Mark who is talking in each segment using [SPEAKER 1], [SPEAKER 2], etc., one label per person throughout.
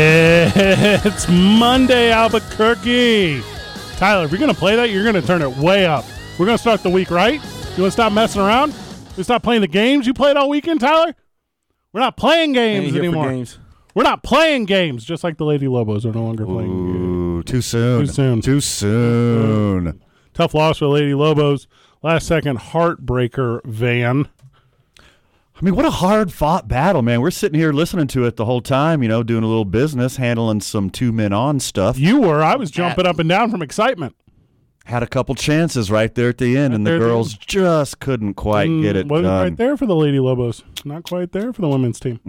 [SPEAKER 1] It's Monday, Albuquerque. Tyler, if you're going to play that, you're going to turn it way up. We're going to start the week right. You want to stop messing around? You stop playing the games you played all weekend, Tyler? We're not playing games
[SPEAKER 2] here for
[SPEAKER 1] anymore.
[SPEAKER 2] games.
[SPEAKER 1] We're not playing games, just like the Lady Lobos are no longer playing games.
[SPEAKER 2] Ooh, too soon.
[SPEAKER 1] Too soon.
[SPEAKER 2] Too soon.
[SPEAKER 1] Tough loss for the Lady Lobos. Last second heartbreaker, Van.
[SPEAKER 2] I mean, what a hard fought battle, man. We're sitting here listening to it the whole time, you know, doing a little business, handling some two men on stuff.
[SPEAKER 1] You were. I was jumping up and down from excitement.
[SPEAKER 2] Had a couple chances right there at the end, and the
[SPEAKER 1] there at the
[SPEAKER 2] girls just couldn't quite get it
[SPEAKER 1] Mm, Wasn't
[SPEAKER 2] done. Mm.
[SPEAKER 1] quite there for the Lady Lobos. Not quite there for the women's team.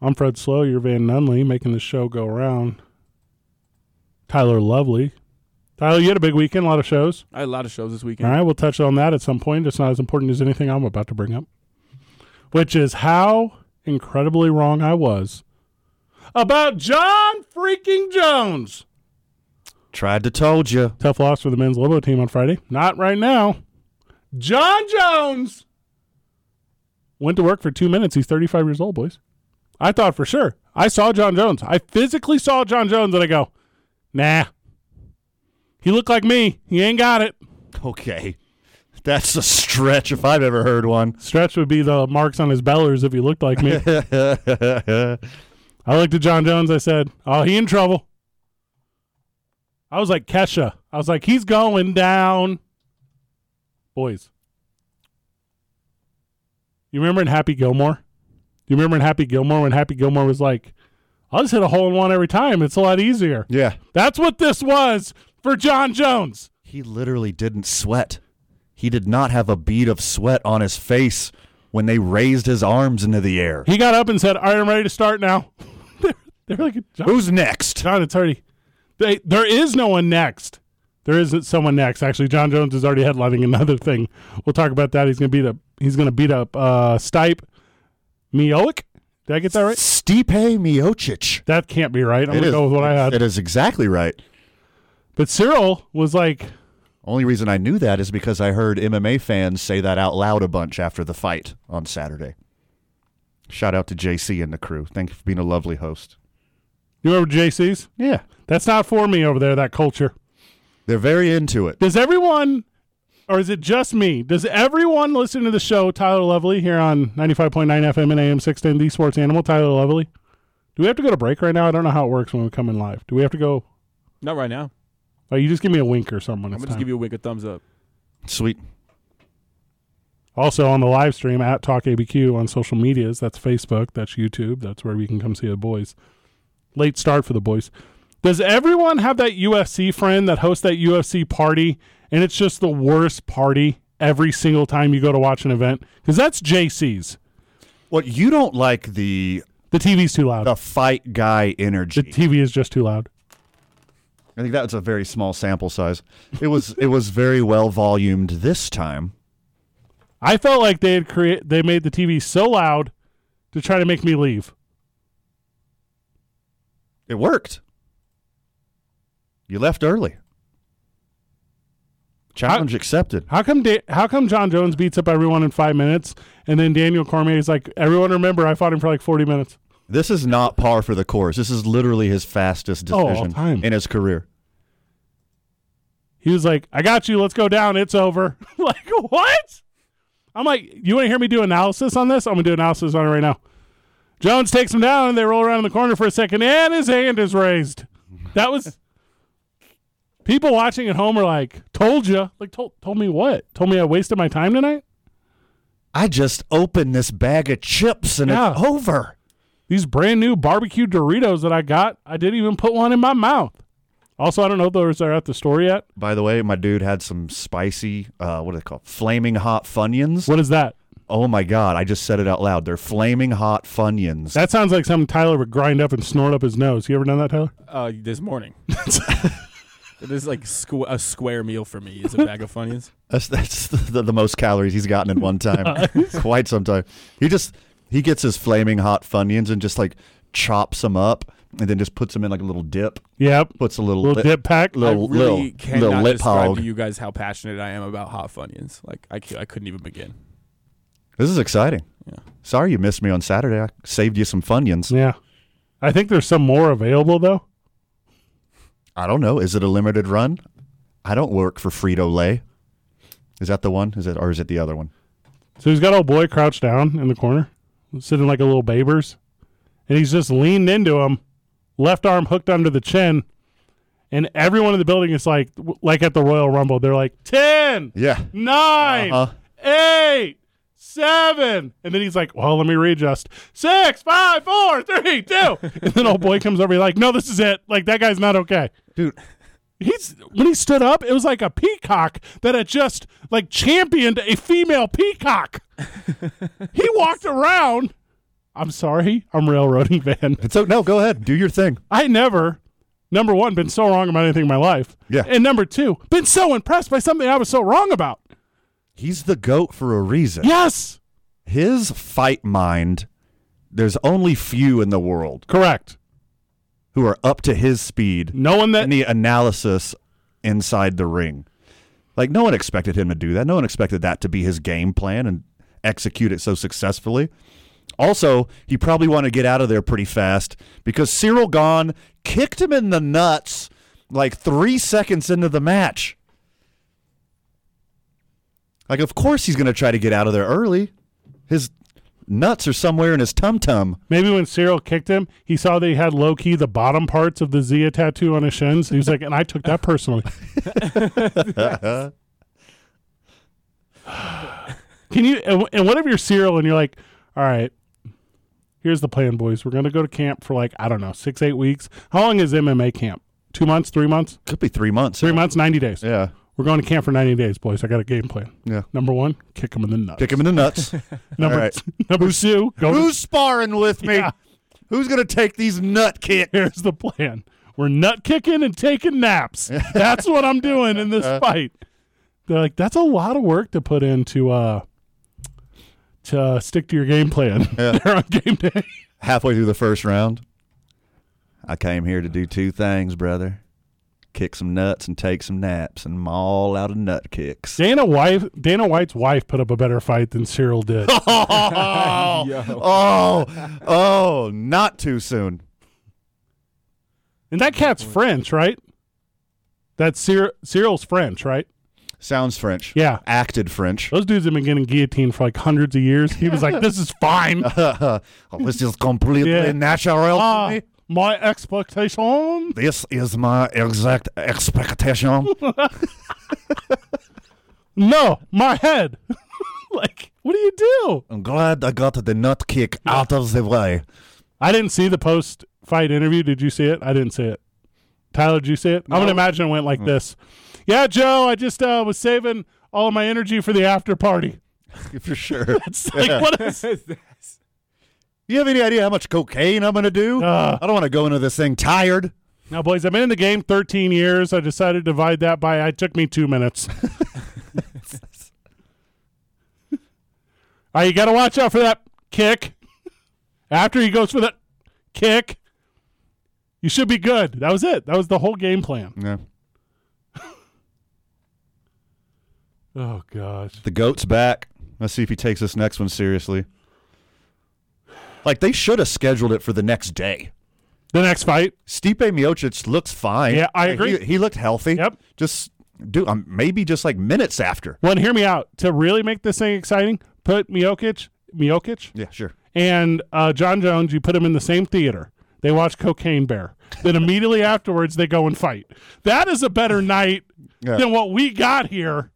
[SPEAKER 1] I'm Fred Slow. You're Van Nunley, making the show go round. Tyler Lovely. Tyler, you had a big weekend, a lot of shows.
[SPEAKER 3] I had a lot of shows this
[SPEAKER 1] All
[SPEAKER 3] weekend.
[SPEAKER 1] right, we'll touch on that at some point. It's not as important as anything I'm about to bring up, which is how incredibly wrong I was about John freaking Jones.
[SPEAKER 2] Tried to told you.
[SPEAKER 1] Tough loss for the men's Lobo team on Friday. Not right now. John Jones went to work for two minutes. He's 35 years old, boys. I thought for sure. I saw John Jones. I physically saw John Jones, and I go, nah. He looked like me. He ain't got it.
[SPEAKER 2] Okay. That's a stretch if I've ever heard one.
[SPEAKER 1] Stretch would be the marks on his bellers if he looked like me. I looked at John Jones. I said, oh, he in trouble. I was like, Kesha. I was like, he's going down. Boys. You remember in Happy Gilmore? You remember in Happy Gilmore when Happy Gilmore was like, I'll just hit a hole in one every time. It's a lot easier.
[SPEAKER 2] yeah.
[SPEAKER 1] That's what this was for John Jones.
[SPEAKER 2] He literally didn't sweat. He did not have a bead of sweat on his face when they raised his arms into the air.
[SPEAKER 1] He got up and said, All right, I'm ready to start now. they're, they're like, John,
[SPEAKER 2] Who's next?
[SPEAKER 1] John, it's already. They, there is no one next. There isn't someone next. Actually, John Jones is already headlining another thing. We'll talk about that. He's gonna beat up. He's gonna beat up uh, Stipe, Miolik. Did I get that right?
[SPEAKER 2] Stipe Miocic.
[SPEAKER 1] That can't be right. I'm
[SPEAKER 2] It
[SPEAKER 1] gonna
[SPEAKER 2] is-
[SPEAKER 1] go with what I
[SPEAKER 2] It
[SPEAKER 1] had.
[SPEAKER 2] is exactly right.
[SPEAKER 1] But Cyril was like,
[SPEAKER 2] Only reason I knew that is because I heard MMA fans say that out loud a bunch after the fight on Saturday. Shout out to JC and the crew. Thank you for being a lovely host.
[SPEAKER 1] "You remember JC's?
[SPEAKER 2] Yeah.
[SPEAKER 1] That's not for me over there. That culture.
[SPEAKER 2] They're very into it.
[SPEAKER 1] Does everyone, or is it just me? Does everyone listen to the show Tyler Lovely here on 95.9 FM and AM 610, the sports animal, Tyler Lovely? Do we have to go to break right now? I don't know how it works when we come in live. Do we have to go?
[SPEAKER 3] Not right now.
[SPEAKER 1] Oh, you just give me a wink or something.
[SPEAKER 3] I'm gonna just give you a wink, a thumbs up.
[SPEAKER 2] Sweet.
[SPEAKER 1] Also on the live stream at Talk ABQ on social medias. That's Facebook. That's YouTube. That's where we can come see the boys. Late start for the boys. Does everyone have that UFC friend that hosts that UFC party and it's just the worst party every single time you go to watch an event? Because that's JC's.
[SPEAKER 2] What you don't like the
[SPEAKER 1] The TV's too loud.
[SPEAKER 2] the fight guy energy.
[SPEAKER 1] The TV is just too loud.
[SPEAKER 2] I think that was a very small sample size. It was it was very well volumed this time.
[SPEAKER 1] I felt like they had create they made the TV so loud to try to make me leave.
[SPEAKER 2] It worked. You left early. Challenge accepted.
[SPEAKER 1] How come? Da- how come John Jones beats up everyone in five minutes, and then Daniel Cormier is like, "Everyone remember, I fought him for like forty minutes."
[SPEAKER 2] This is not par for the course. This is literally his fastest
[SPEAKER 1] Oh, all
[SPEAKER 2] decision
[SPEAKER 1] time.
[SPEAKER 2] in his career.
[SPEAKER 1] He was like, "I got you. Let's go down. It's over." like what? I'm like, you want to hear me do analysis on this? I'm gonna do analysis on it right now. Jones takes him down, and they roll around in the corner for a second, and his hand is raised. That was. People watching at home are like, "Told you." Like, told told me what? Told me I wasted my time tonight.
[SPEAKER 2] I just opened this bag of chips and
[SPEAKER 1] Yeah.
[SPEAKER 2] it's over.
[SPEAKER 1] these brand new barbecue Doritos that I got, I didn't even put one in my mouth. Also, I don't know if those are at the store yet.
[SPEAKER 2] By the way, my dude had some spicy, uh, what are they called? Flaming hot Funyuns.
[SPEAKER 1] What is that?
[SPEAKER 2] Oh my God, I just said it out loud. They're flaming hot Funyuns.
[SPEAKER 1] That sounds like something Tyler would grind up and snort up his nose. You ever done that, Tyler?
[SPEAKER 3] Uh, this morning. It is like squ- a square meal for me is a bag of Funyuns.
[SPEAKER 2] That's, that's the, the most calories he's gotten in one time. Quite some time. He just, he gets his flaming hot Funyuns and just like chops them up and then just puts them in like a little dip.
[SPEAKER 1] Yep.
[SPEAKER 2] Puts a little,
[SPEAKER 1] Little
[SPEAKER 2] lip-
[SPEAKER 1] dip pack.
[SPEAKER 3] I
[SPEAKER 2] Little,
[SPEAKER 3] really
[SPEAKER 2] little,
[SPEAKER 3] cannot
[SPEAKER 2] little lip
[SPEAKER 3] describe
[SPEAKER 2] hog.
[SPEAKER 3] to you guys how passionate I am about hot Funyuns. Like I, c- I couldn't even begin.
[SPEAKER 2] This is exciting.
[SPEAKER 3] Yeah.
[SPEAKER 2] Sorry you missed me on Saturday. I saved you some Funyuns.
[SPEAKER 1] Yeah. I think there's some more available though.
[SPEAKER 2] I don't know. Is it a limited run? I don't work for Frito Lay. Is that the one? Is it or is it the other one?
[SPEAKER 1] So he's got old boy crouched down in the corner, sitting like a little babers, and he's just leaned into him, left arm hooked under the chin, and everyone in the building is like, like at the Royal Rumble, they're like ten,
[SPEAKER 2] Yeah.
[SPEAKER 1] nine,
[SPEAKER 2] Uh-huh.
[SPEAKER 1] eight, seven, and then he's like, well, let me readjust six, five, four, three, two, and then old boy comes over, he's like, no, this is it, like that guy's not okay.
[SPEAKER 2] Dude,
[SPEAKER 1] He's when he stood up, it was like a peacock that had just like championed a female peacock. he walked around. I'm sorry, I'm railroading Van.
[SPEAKER 2] it's oh no, go ahead. Do your thing.
[SPEAKER 1] I never, number one, been so wrong about anything in my life.
[SPEAKER 2] Yeah.
[SPEAKER 1] And number two, been so impressed by something I was so wrong about.
[SPEAKER 2] He's the goat for a reason.
[SPEAKER 1] Yes.
[SPEAKER 2] His fight mind, there's only few in the world
[SPEAKER 1] Correct.
[SPEAKER 2] who are up to his speed
[SPEAKER 1] No one that
[SPEAKER 2] and the analysis inside the ring. Like no one expected him to do that. No one expected that to be his game plan and execute it so successfully. Also, he probably wanted to get out of there pretty fast because Cyril Gone kicked him in the nuts like three seconds into the match. Like, of course he's going to try to get out of there early. His nuts are somewhere in his tum tum.
[SPEAKER 1] maybe when Cyril kicked him, he saw that he had low key the bottom parts of the Zia tattoo on his shins. He was like, and I took that personally. Can you and and what if you're Cyril and you're like, all right, here's the plan, boys. We're gonna go to camp for like I don't know six eight weeks. How long is MMA camp? Two months, three months,
[SPEAKER 2] Could be three months.
[SPEAKER 1] three months, ninety days.
[SPEAKER 2] Yeah.
[SPEAKER 1] We're going to camp for ninety days, boys. I got a game plan.
[SPEAKER 2] Yeah.
[SPEAKER 1] Number one, kick him in the nuts.
[SPEAKER 2] Kick him in the nuts.
[SPEAKER 1] number
[SPEAKER 2] all right.
[SPEAKER 1] number two, go. to-
[SPEAKER 2] Who's sparring with me?
[SPEAKER 1] Yeah.
[SPEAKER 2] Who's gonna take these nut kicks?
[SPEAKER 1] here's the plan. We're nut kicking and taking naps. That's what I'm doing in this fight. They're like, that's a lot of work to put into uh to uh, stick to your game plan. They're on game day.
[SPEAKER 2] Halfway through the first round, I came here to do two things, brother: kick some nuts and take some naps, and I'm all out of nut kicks.
[SPEAKER 1] Dana wife Dana White's wife put up a better fight than Cyril did.
[SPEAKER 2] Oh, oh, oh! Not too soon.
[SPEAKER 1] and that cat's French, right? That's Cyr- Cyril's French, right?
[SPEAKER 2] Sounds French.
[SPEAKER 1] Yeah.
[SPEAKER 2] Acted French.
[SPEAKER 1] Those dudes have been getting guillotined for like hundreds of years. He was like, "This is fine.
[SPEAKER 2] oh, this is completely
[SPEAKER 1] Yeah.
[SPEAKER 2] natural. to
[SPEAKER 1] Ah,
[SPEAKER 2] me.
[SPEAKER 1] my expectation."
[SPEAKER 2] This is my exact expectation.
[SPEAKER 1] No, my head. like, what do you do?
[SPEAKER 2] I'm glad I got the nut kick out of the way.
[SPEAKER 1] I didn't see the post fight interview. Did you see it? I didn't see it. Tyler, did you see it? I'm gonna imagine it went like this. Yeah, Joe, I just uh, was saving all of my energy for the after party.
[SPEAKER 2] For sure.
[SPEAKER 1] It's like what is
[SPEAKER 2] You have any idea how much cocaine I'm going to do?
[SPEAKER 1] Uh.
[SPEAKER 2] I don't want to go into this thing tired.
[SPEAKER 1] now, boys? I've been in the game 13 years. I decided to divide that by. It took me two minutes. all right, you gotta watch out for that kick. After he goes for that kick, you should be good. That was it. That was the whole game plan.
[SPEAKER 2] Yeah.
[SPEAKER 1] Oh gosh.
[SPEAKER 2] The goat's back. Let's see if he takes this next one seriously. Like they should have scheduled it for the next day.
[SPEAKER 1] The next fight.
[SPEAKER 2] Stipe Miocic looks fine.
[SPEAKER 1] Yeah, I
[SPEAKER 2] Like,
[SPEAKER 1] agree.
[SPEAKER 2] He, he looked healthy.
[SPEAKER 1] Yep.
[SPEAKER 2] Just do um, maybe just like minutes after.
[SPEAKER 1] Well, and hear me out. To really make this thing exciting, put Miocic, Miocic,
[SPEAKER 2] Yeah, sure.
[SPEAKER 1] and uh, John Jones. You put them in the same theater. They watch Cocaine Bear. Then immediately afterwards, they go and fight. That is a better night
[SPEAKER 2] Yeah.
[SPEAKER 1] than what we got here.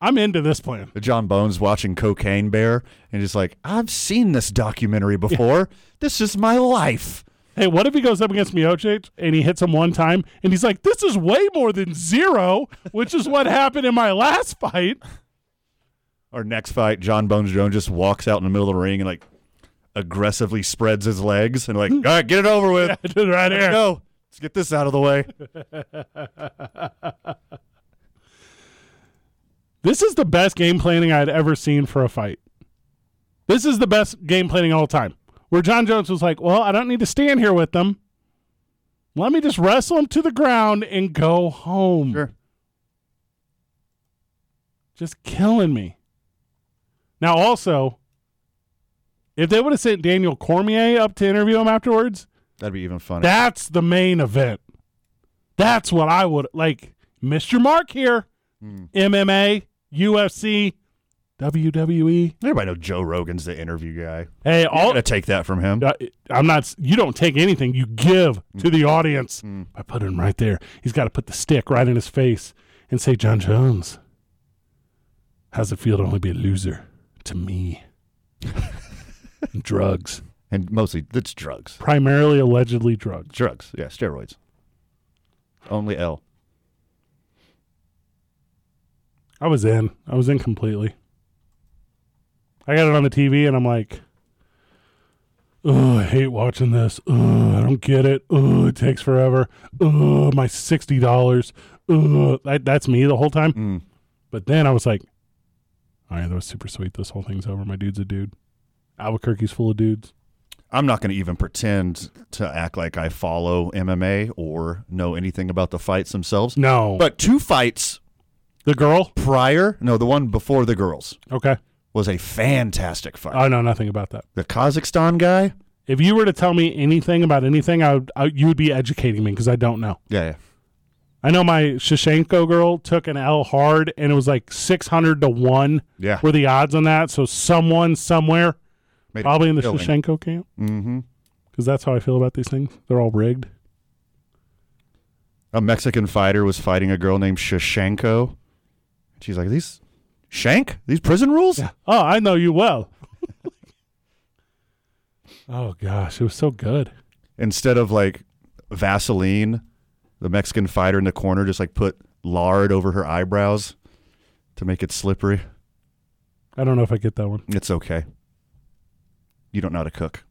[SPEAKER 1] I'm into this plan.
[SPEAKER 2] John Bones watching Cocaine Bear and just like, I've seen this documentary before. This is my life.
[SPEAKER 1] Hey, what if he goes up against Miocic and he hits him one time and he's like, this is way more than zero, which is what happened in my last fight?
[SPEAKER 2] Our next fight, John Bones Jones just walks out in the middle of the ring and like aggressively spreads his legs and like, all right, get it over with.
[SPEAKER 1] right here.
[SPEAKER 2] No, let's get this out of the way.
[SPEAKER 1] This is the best game planning I had ever seen for a fight. This is the best game planning all time. Where John Jones was like, "Well, I don't need to stand here with them. Let me just wrestle him to the ground and go home."
[SPEAKER 2] Sure.
[SPEAKER 1] Just killing me. Now, also, if they would have sent Daniel Cormier up to interview him afterwards,
[SPEAKER 2] That'd be even funny.
[SPEAKER 1] that's the main event. That's what I would like. Missed your mark here. MMA, UFC, WWE.
[SPEAKER 2] Everybody know Joe Rogan's the interview guy.
[SPEAKER 1] Hey,
[SPEAKER 2] I'm
[SPEAKER 1] all
[SPEAKER 2] gonna take that from him.
[SPEAKER 1] uh, I'm not. You don't take anything. You give to the audience. I put him right there. He's got to put the stick right in his face and say, "John Jones, how's it feel to only be a loser to me? drugs,
[SPEAKER 2] And mostly it's drugs.
[SPEAKER 1] primarily, allegedly drugs.
[SPEAKER 2] Drugs. Yeah, steroids. Only L.
[SPEAKER 1] I was in. I was in completely. I got it on the TV, and I'm like, "Oh, I hate watching this. Ugh, I don't get it. Ugh, it takes forever. Ugh, my sixty dollars. Ugh, that, that's me the whole time."
[SPEAKER 2] Mm.
[SPEAKER 1] But then I was like, "All right, that was super sweet. This whole thing's over. My dude's a dude. Albuquerque's full of dudes.
[SPEAKER 2] I'm not going to even pretend to act like I follow MMA or know anything about the fights themselves.
[SPEAKER 1] No,
[SPEAKER 2] But two fights
[SPEAKER 1] the girl.
[SPEAKER 2] prior, no, the one before the girls
[SPEAKER 1] Okay,
[SPEAKER 2] was a fantastic fight.
[SPEAKER 1] I know nothing about that.
[SPEAKER 2] the Kazakhstan guy,
[SPEAKER 1] If you were to tell me anything about anything, I would. I, you would be educating me because I don't know."
[SPEAKER 2] yeah, yeah.
[SPEAKER 1] I know my Shashenko girl took an L hard, and it was like six hundred to one
[SPEAKER 2] Yeah.
[SPEAKER 1] were the odds on that. So someone somewhere,
[SPEAKER 2] Made
[SPEAKER 1] probably in the
[SPEAKER 2] killing.
[SPEAKER 1] Shashenko camp,
[SPEAKER 2] Mm-hmm.
[SPEAKER 1] because that's how I feel about these things. They're all rigged.
[SPEAKER 2] A Mexican fighter was fighting a girl named Shashenko. She's like, these Shank? These prison rules?
[SPEAKER 1] Oh, I know you well. oh gosh, it was so good.
[SPEAKER 2] Instead of like Vaseline, the Mexican fighter in the corner just like put lard over her eyebrows to make it slippery.
[SPEAKER 1] I don't know if I get that one.
[SPEAKER 2] It's okay. You don't know how to cook.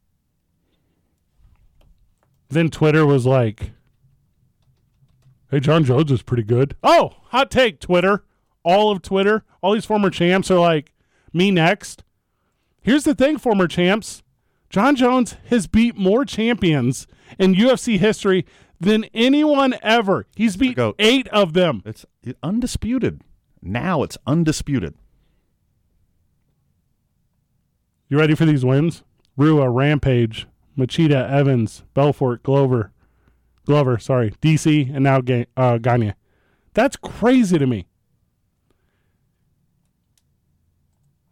[SPEAKER 1] Then Twitter was like, "Hey, John Jones is pretty good." Oh, hot take, Twitter. All of Twitter, all these former champs are like, "Me next." Here's the thing, former champs. John Jones has beat more champions in UFC history than anyone ever. He's beat
[SPEAKER 2] goat.
[SPEAKER 1] eight of them.
[SPEAKER 2] It's undisputed. Now it's undisputed.
[SPEAKER 1] You ready for these wins? Rua, Rampage, Machida, Evans, Belfort, Glover, Glover, sorry, DC, and now Ga- uh, Gagne. That's crazy to me.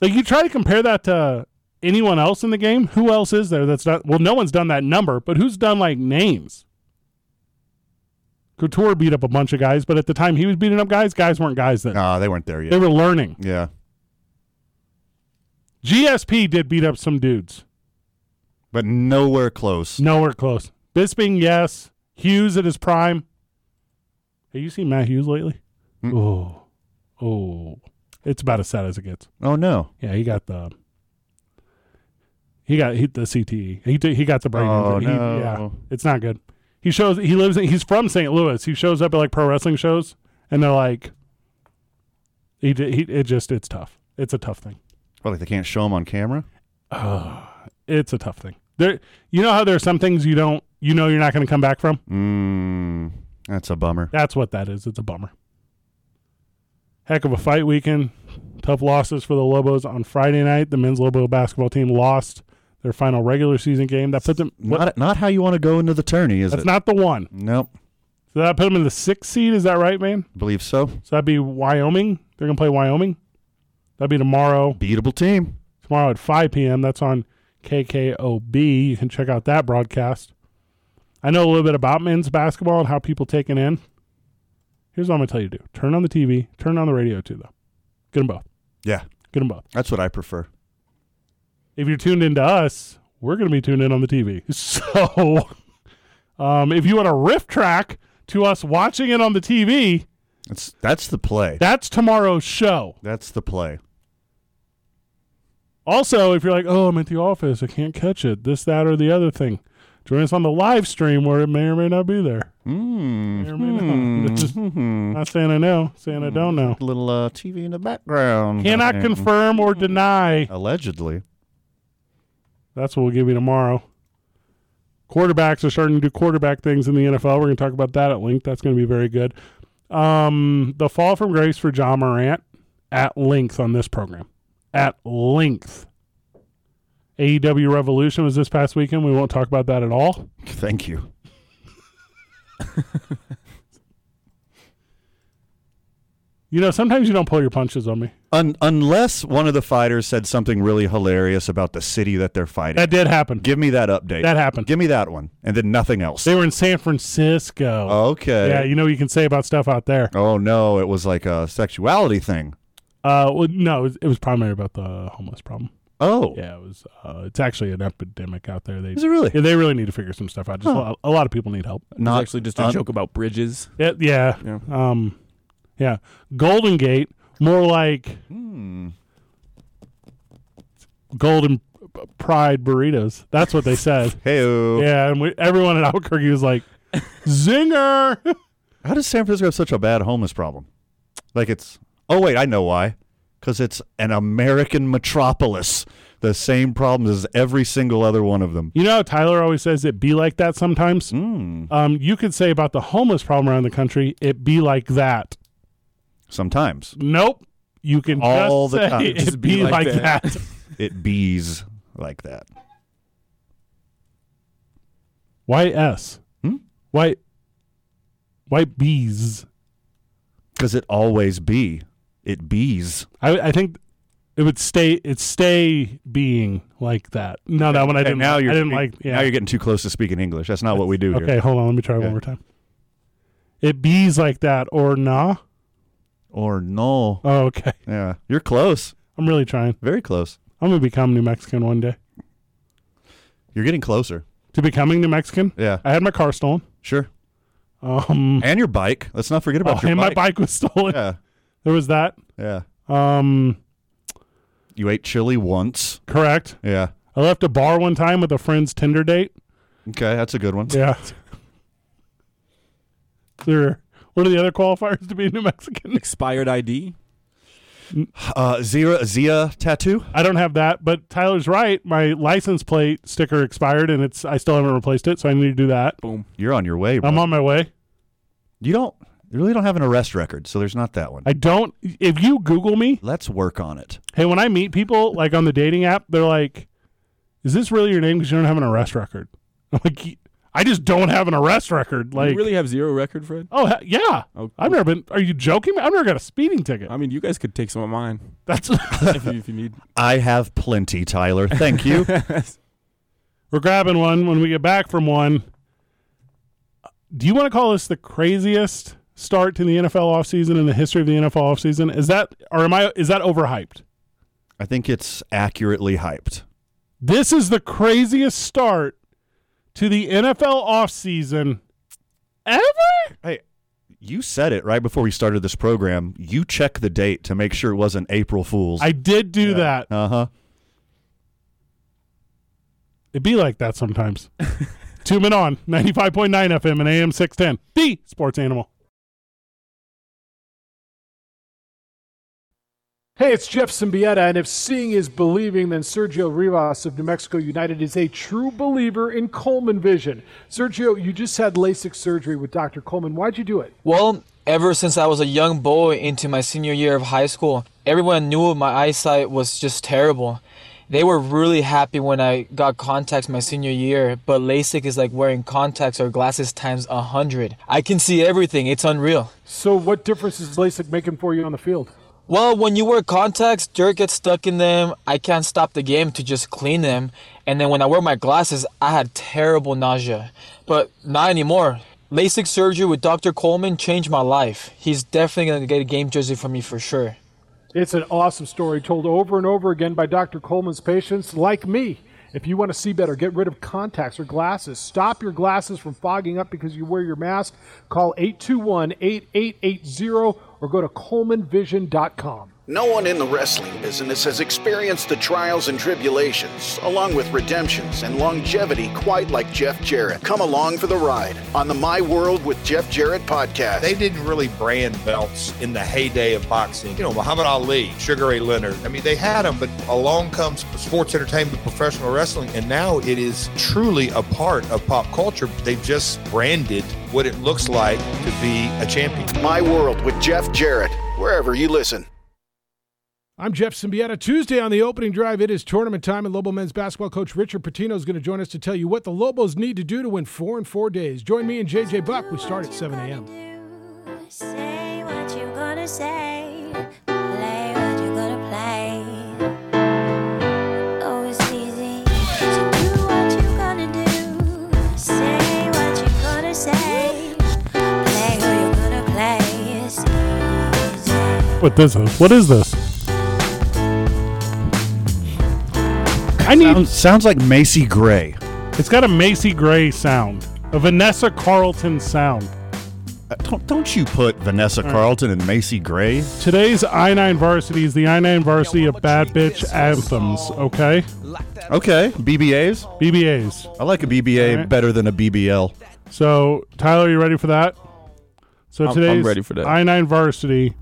[SPEAKER 1] Like you try to compare that to anyone else in the game. Who else is there that's not? Well, no one's done that number, but who's done like names? Couture beat up a bunch of guys, but at the time he was beating up guys, guys weren't guys then.
[SPEAKER 2] Ah, they weren't there
[SPEAKER 1] They
[SPEAKER 2] yet.
[SPEAKER 1] were learning.
[SPEAKER 2] Yeah.
[SPEAKER 1] GSP did beat up some dudes.
[SPEAKER 2] But nowhere close.
[SPEAKER 1] Nowhere close. Bisping, yes. Hughes at his prime. Have you seen Matt Hughes lately?
[SPEAKER 2] Mm.
[SPEAKER 1] Oh, oh, it's about as sad as it gets.
[SPEAKER 2] Oh, no.
[SPEAKER 1] Yeah, he got the he got he, the CTE. He did- he got the brain
[SPEAKER 2] Oh,
[SPEAKER 1] injury. He-
[SPEAKER 2] no.
[SPEAKER 1] yeah, it's not good. He shows he lives. In, he's from St. Louis. He shows up at like pro wrestling shows, and they're like, he did. He it just it's tough. It's a tough thing.
[SPEAKER 2] Well, like they can't show them on camera?
[SPEAKER 1] It's a tough thing. There, you know how there are some things you don't you know you're not going to come back from.
[SPEAKER 2] Mmm. That's a bummer.
[SPEAKER 1] That's what that is. It's a bummer. Heck of a fight weekend. Tough losses for the Lobos on Friday night. The men's Lobo basketball team lost their final regular season game. That put them. what-
[SPEAKER 2] Not, not how you want to go into the tourney, is
[SPEAKER 1] that's
[SPEAKER 2] it?
[SPEAKER 1] not the one.
[SPEAKER 2] nope.
[SPEAKER 1] So that put them in the sixth seed. Is that right, man?
[SPEAKER 2] Believe so.
[SPEAKER 1] So that'd be Wyoming. They're gonna play Wyoming. That'd be tomorrow.
[SPEAKER 2] Beatable team.
[SPEAKER 1] Tomorrow at 5 p.m. That's on KKOB. You can check out that broadcast. I know a little bit about men's basketball and how people take it in. Here's what I'm gonna tell you to do: turn on the TV, turn on the radio too, though. Get them both.
[SPEAKER 2] Yeah.
[SPEAKER 1] Get them both.
[SPEAKER 2] That's what I prefer.
[SPEAKER 1] If you're tuned into us, we're going to be tuned in on the TV. So Um, if you want a riff track to us watching it on the TV,
[SPEAKER 2] That's that's the play.
[SPEAKER 1] that's tomorrow's show.
[SPEAKER 2] That's the play.
[SPEAKER 1] Also, if you're like, oh, I'm at the office, I can't catch it, this, that, or the other thing, join us on the live stream where it may or may not be there. May or may not. It's just not saying I know, saying I don't know.
[SPEAKER 2] Little uh, TV in the background.
[SPEAKER 1] Cannot
[SPEAKER 2] Mm.
[SPEAKER 1] confirm or deny.
[SPEAKER 2] Allegedly.
[SPEAKER 1] That's what we'll give you tomorrow. Quarterbacks are starting to do quarterback things in the NFL. We're going to talk about that at length. That's going to be very good. Um, the fall from grace for John Morant at length on this program. At length. AEW Revolution was this past weekend. We won't talk about that at all.
[SPEAKER 2] Thank you.
[SPEAKER 1] You know, sometimes you don't pull your punches on me.
[SPEAKER 2] Un- unless one of the fighters said something really hilarious about the city that they're fighting.
[SPEAKER 1] That did happen.
[SPEAKER 2] Give me that update.
[SPEAKER 1] That happened.
[SPEAKER 2] Give me that one, and then nothing else.
[SPEAKER 1] They were in San Francisco.
[SPEAKER 2] okay.
[SPEAKER 1] Yeah, you know what you can say about stuff out there.
[SPEAKER 2] oh no, it was like a sexuality thing.
[SPEAKER 1] Uh, well, no, it was, it was primarily about the homeless problem.
[SPEAKER 2] Oh,
[SPEAKER 1] Yeah, it was. Uh, it's actually an epidemic out there. They
[SPEAKER 2] is it really?
[SPEAKER 1] Yeah, they really need to figure some stuff out. Just a, lot, a lot of people need help.
[SPEAKER 3] It's
[SPEAKER 2] Not
[SPEAKER 3] actually just a
[SPEAKER 2] un-
[SPEAKER 3] joke about bridges.
[SPEAKER 1] Yeah, yeah,
[SPEAKER 3] Yeah.
[SPEAKER 1] Um, yeah. Golden Gate, more like
[SPEAKER 2] Hmm.
[SPEAKER 1] Golden Pride burritos. That's what they said.
[SPEAKER 2] Hey,
[SPEAKER 1] yeah, and we, everyone at Albuquerque was like, "Zinger!"
[SPEAKER 2] how does San Francisco have such a bad homeless problem? Like it's. Oh wait, I know why. Because it's an American metropolis. The same problems as every single other one of them.
[SPEAKER 1] You know, how Tyler always says it be like that sometimes.
[SPEAKER 2] Hmm.
[SPEAKER 1] Um, you could say about the homeless problem around the country, it be like that.
[SPEAKER 2] Sometimes
[SPEAKER 1] Nope. You can
[SPEAKER 2] All
[SPEAKER 1] just
[SPEAKER 2] the
[SPEAKER 1] say
[SPEAKER 2] time.
[SPEAKER 1] it
[SPEAKER 3] Just
[SPEAKER 1] be, like, that.
[SPEAKER 2] it bees like that.
[SPEAKER 1] Why S?
[SPEAKER 2] Hmm?
[SPEAKER 1] Why? Why bees?
[SPEAKER 2] Because it always be. It bees.
[SPEAKER 1] I I think it would stay. It stay being like that. No, that one I
[SPEAKER 2] And
[SPEAKER 1] didn't.
[SPEAKER 2] now
[SPEAKER 1] I
[SPEAKER 2] you're
[SPEAKER 1] didn't
[SPEAKER 2] speak-
[SPEAKER 1] like. Yeah.
[SPEAKER 2] Now you're getting too close to speaking English. That's not what we do here.
[SPEAKER 1] okay, hold on. Let me try one
[SPEAKER 2] Okay.
[SPEAKER 1] more time. It bees like that or nah?
[SPEAKER 2] Or no.
[SPEAKER 1] Oh, okay.
[SPEAKER 2] Yeah. You're close.
[SPEAKER 1] I'm really trying.
[SPEAKER 2] Very close.
[SPEAKER 1] I'm gonna become New Mexican one day.
[SPEAKER 2] You're getting closer.
[SPEAKER 1] To becoming New Mexican,
[SPEAKER 2] Yeah.
[SPEAKER 1] I had my car stolen.
[SPEAKER 2] Sure.
[SPEAKER 1] Um,
[SPEAKER 2] And your bike. Let's not forget
[SPEAKER 1] oh,
[SPEAKER 2] about your
[SPEAKER 1] and my bike was stolen.
[SPEAKER 2] Yeah.
[SPEAKER 1] There was that.
[SPEAKER 2] Yeah.
[SPEAKER 1] Um,
[SPEAKER 2] You ate chili once.
[SPEAKER 1] correct.
[SPEAKER 2] Yeah.
[SPEAKER 1] I left a bar one time with a friend's Tinder date.
[SPEAKER 2] Okay, that's a good one.
[SPEAKER 1] Yeah. there. What are the other qualifiers to be New Mexican?
[SPEAKER 3] Expired ID.
[SPEAKER 2] Uh Zira Zia tattoo?
[SPEAKER 1] I don't have that, but Tyler's right. My license plate sticker expired, and it's I still haven't replaced it, so I need to do that.
[SPEAKER 3] Boom.
[SPEAKER 2] You're on your way, bro.
[SPEAKER 1] I'm on my way.
[SPEAKER 2] you don't you really don't have an arrest record, so there's not that one.
[SPEAKER 1] I don't. If you Google me,
[SPEAKER 2] Let's work on it.
[SPEAKER 1] hey, when I meet people like on the dating app, they're like, "Is this really your name? Because you don't have an arrest record." I'm like, "Y- I just don't have an arrest record. Like,
[SPEAKER 3] you really have zero record, Fred?
[SPEAKER 1] oh he- yeah,
[SPEAKER 3] Oh,
[SPEAKER 1] I've never been. Are you joking? me? I've never got a speeding ticket.
[SPEAKER 3] I mean, you guys could take some of mine
[SPEAKER 1] That's
[SPEAKER 3] if, you, if you need.
[SPEAKER 2] I have plenty, Tyler. Thank you.
[SPEAKER 1] We're grabbing one when we get back from one. Do you want to call this the craziest start to the NFL offseason in the history of the NFL offseason? Is that or am I is that overhyped?
[SPEAKER 2] I think it's accurately hyped.
[SPEAKER 1] This is the craziest start to the NFL offseason ever?
[SPEAKER 2] Hey, you said it right before we started this program. You check the date to make sure it wasn't April Fool's.
[SPEAKER 1] I did do that.
[SPEAKER 2] uh huh.
[SPEAKER 1] It'd be like that sometimes. Two men on 95.9 FM and AM 610. The sports animal.
[SPEAKER 4] Hey, it's Jeff Symbieta, and if seeing is believing, then Sergio Rivas of New Mexico United is a true believer in Coleman vision. Sergio, you just had LASIK surgery with Dr. Coleman. Why'd you do it?
[SPEAKER 5] Well, ever since I was a young boy into my senior year of high school, everyone knew my eyesight was just terrible. They were really happy when I got contacts my senior year, but LASIK is like wearing contacts or glasses times a hundred. I can see everything, it's unreal.
[SPEAKER 4] So, what difference is LASIK making for you on the field?
[SPEAKER 5] Well, when you wear contacts, dirt gets stuck in them. I can't stop the game to just clean them. And then when I wear my glasses, I had terrible nausea. But not anymore. LASIK surgery with Dr. Coleman changed my life. He's definitely going to get a game jersey from me for sure.
[SPEAKER 4] It's an awesome story told over and over again by Dr. Coleman's patients like me. If you want to see better, get rid of contacts or glasses. Stop your glasses from fogging up because you wear your mask. Call 821 8880 or go to ColemanVision.com.
[SPEAKER 6] No one in the wrestling business has experienced the trials and tribulations, along with redemptions and longevity, quite like Jeff Jarrett. Come along for the ride on the My World with Jeff Jarrett podcast.
[SPEAKER 7] They didn't really brand belts in the heyday of boxing. You know, Muhammad Ali, Sugar Ray Leonard. I mean, they had them, but along comes sports entertainment, professional wrestling, and now it is truly a part of pop culture. They've just branded what it looks like to be a champion.
[SPEAKER 6] My World with Jeff Jarrett, wherever you listen.
[SPEAKER 4] I'm Jeff Symbieta. Tuesday on the opening drive, it is tournament time, and Lobo men's basketball coach Richard Patino is going to join us to tell you what the Lobos need to do to win four in four days. Join me and JJ Buck. We start at 7 a.m.
[SPEAKER 8] Say what you're gonna say, play what you're gonna play. Oh, it's easy. So do what you're gonna do, say what you're gonna say, play who you're gonna play. It's easy.
[SPEAKER 1] What this is? What is this? I need.
[SPEAKER 2] Sounds, sounds like Macy Gray.
[SPEAKER 1] It's got a Macy Gray sound, a Vanessa Carlton sound.
[SPEAKER 2] Uh, Don't, don't you put Vanessa Carlton and Macy Gray?
[SPEAKER 1] Today's I9 varsity is the I9 varsity of bad bitch anthems. Okay,
[SPEAKER 2] Okay, BBAs.
[SPEAKER 1] BBAs.
[SPEAKER 2] I like a BBA
[SPEAKER 1] Alright.
[SPEAKER 2] better than a BBL.
[SPEAKER 1] So, Tyler, you ready for that? So
[SPEAKER 3] I'm- I'm
[SPEAKER 1] today's
[SPEAKER 3] ready for that.
[SPEAKER 1] I9 varsity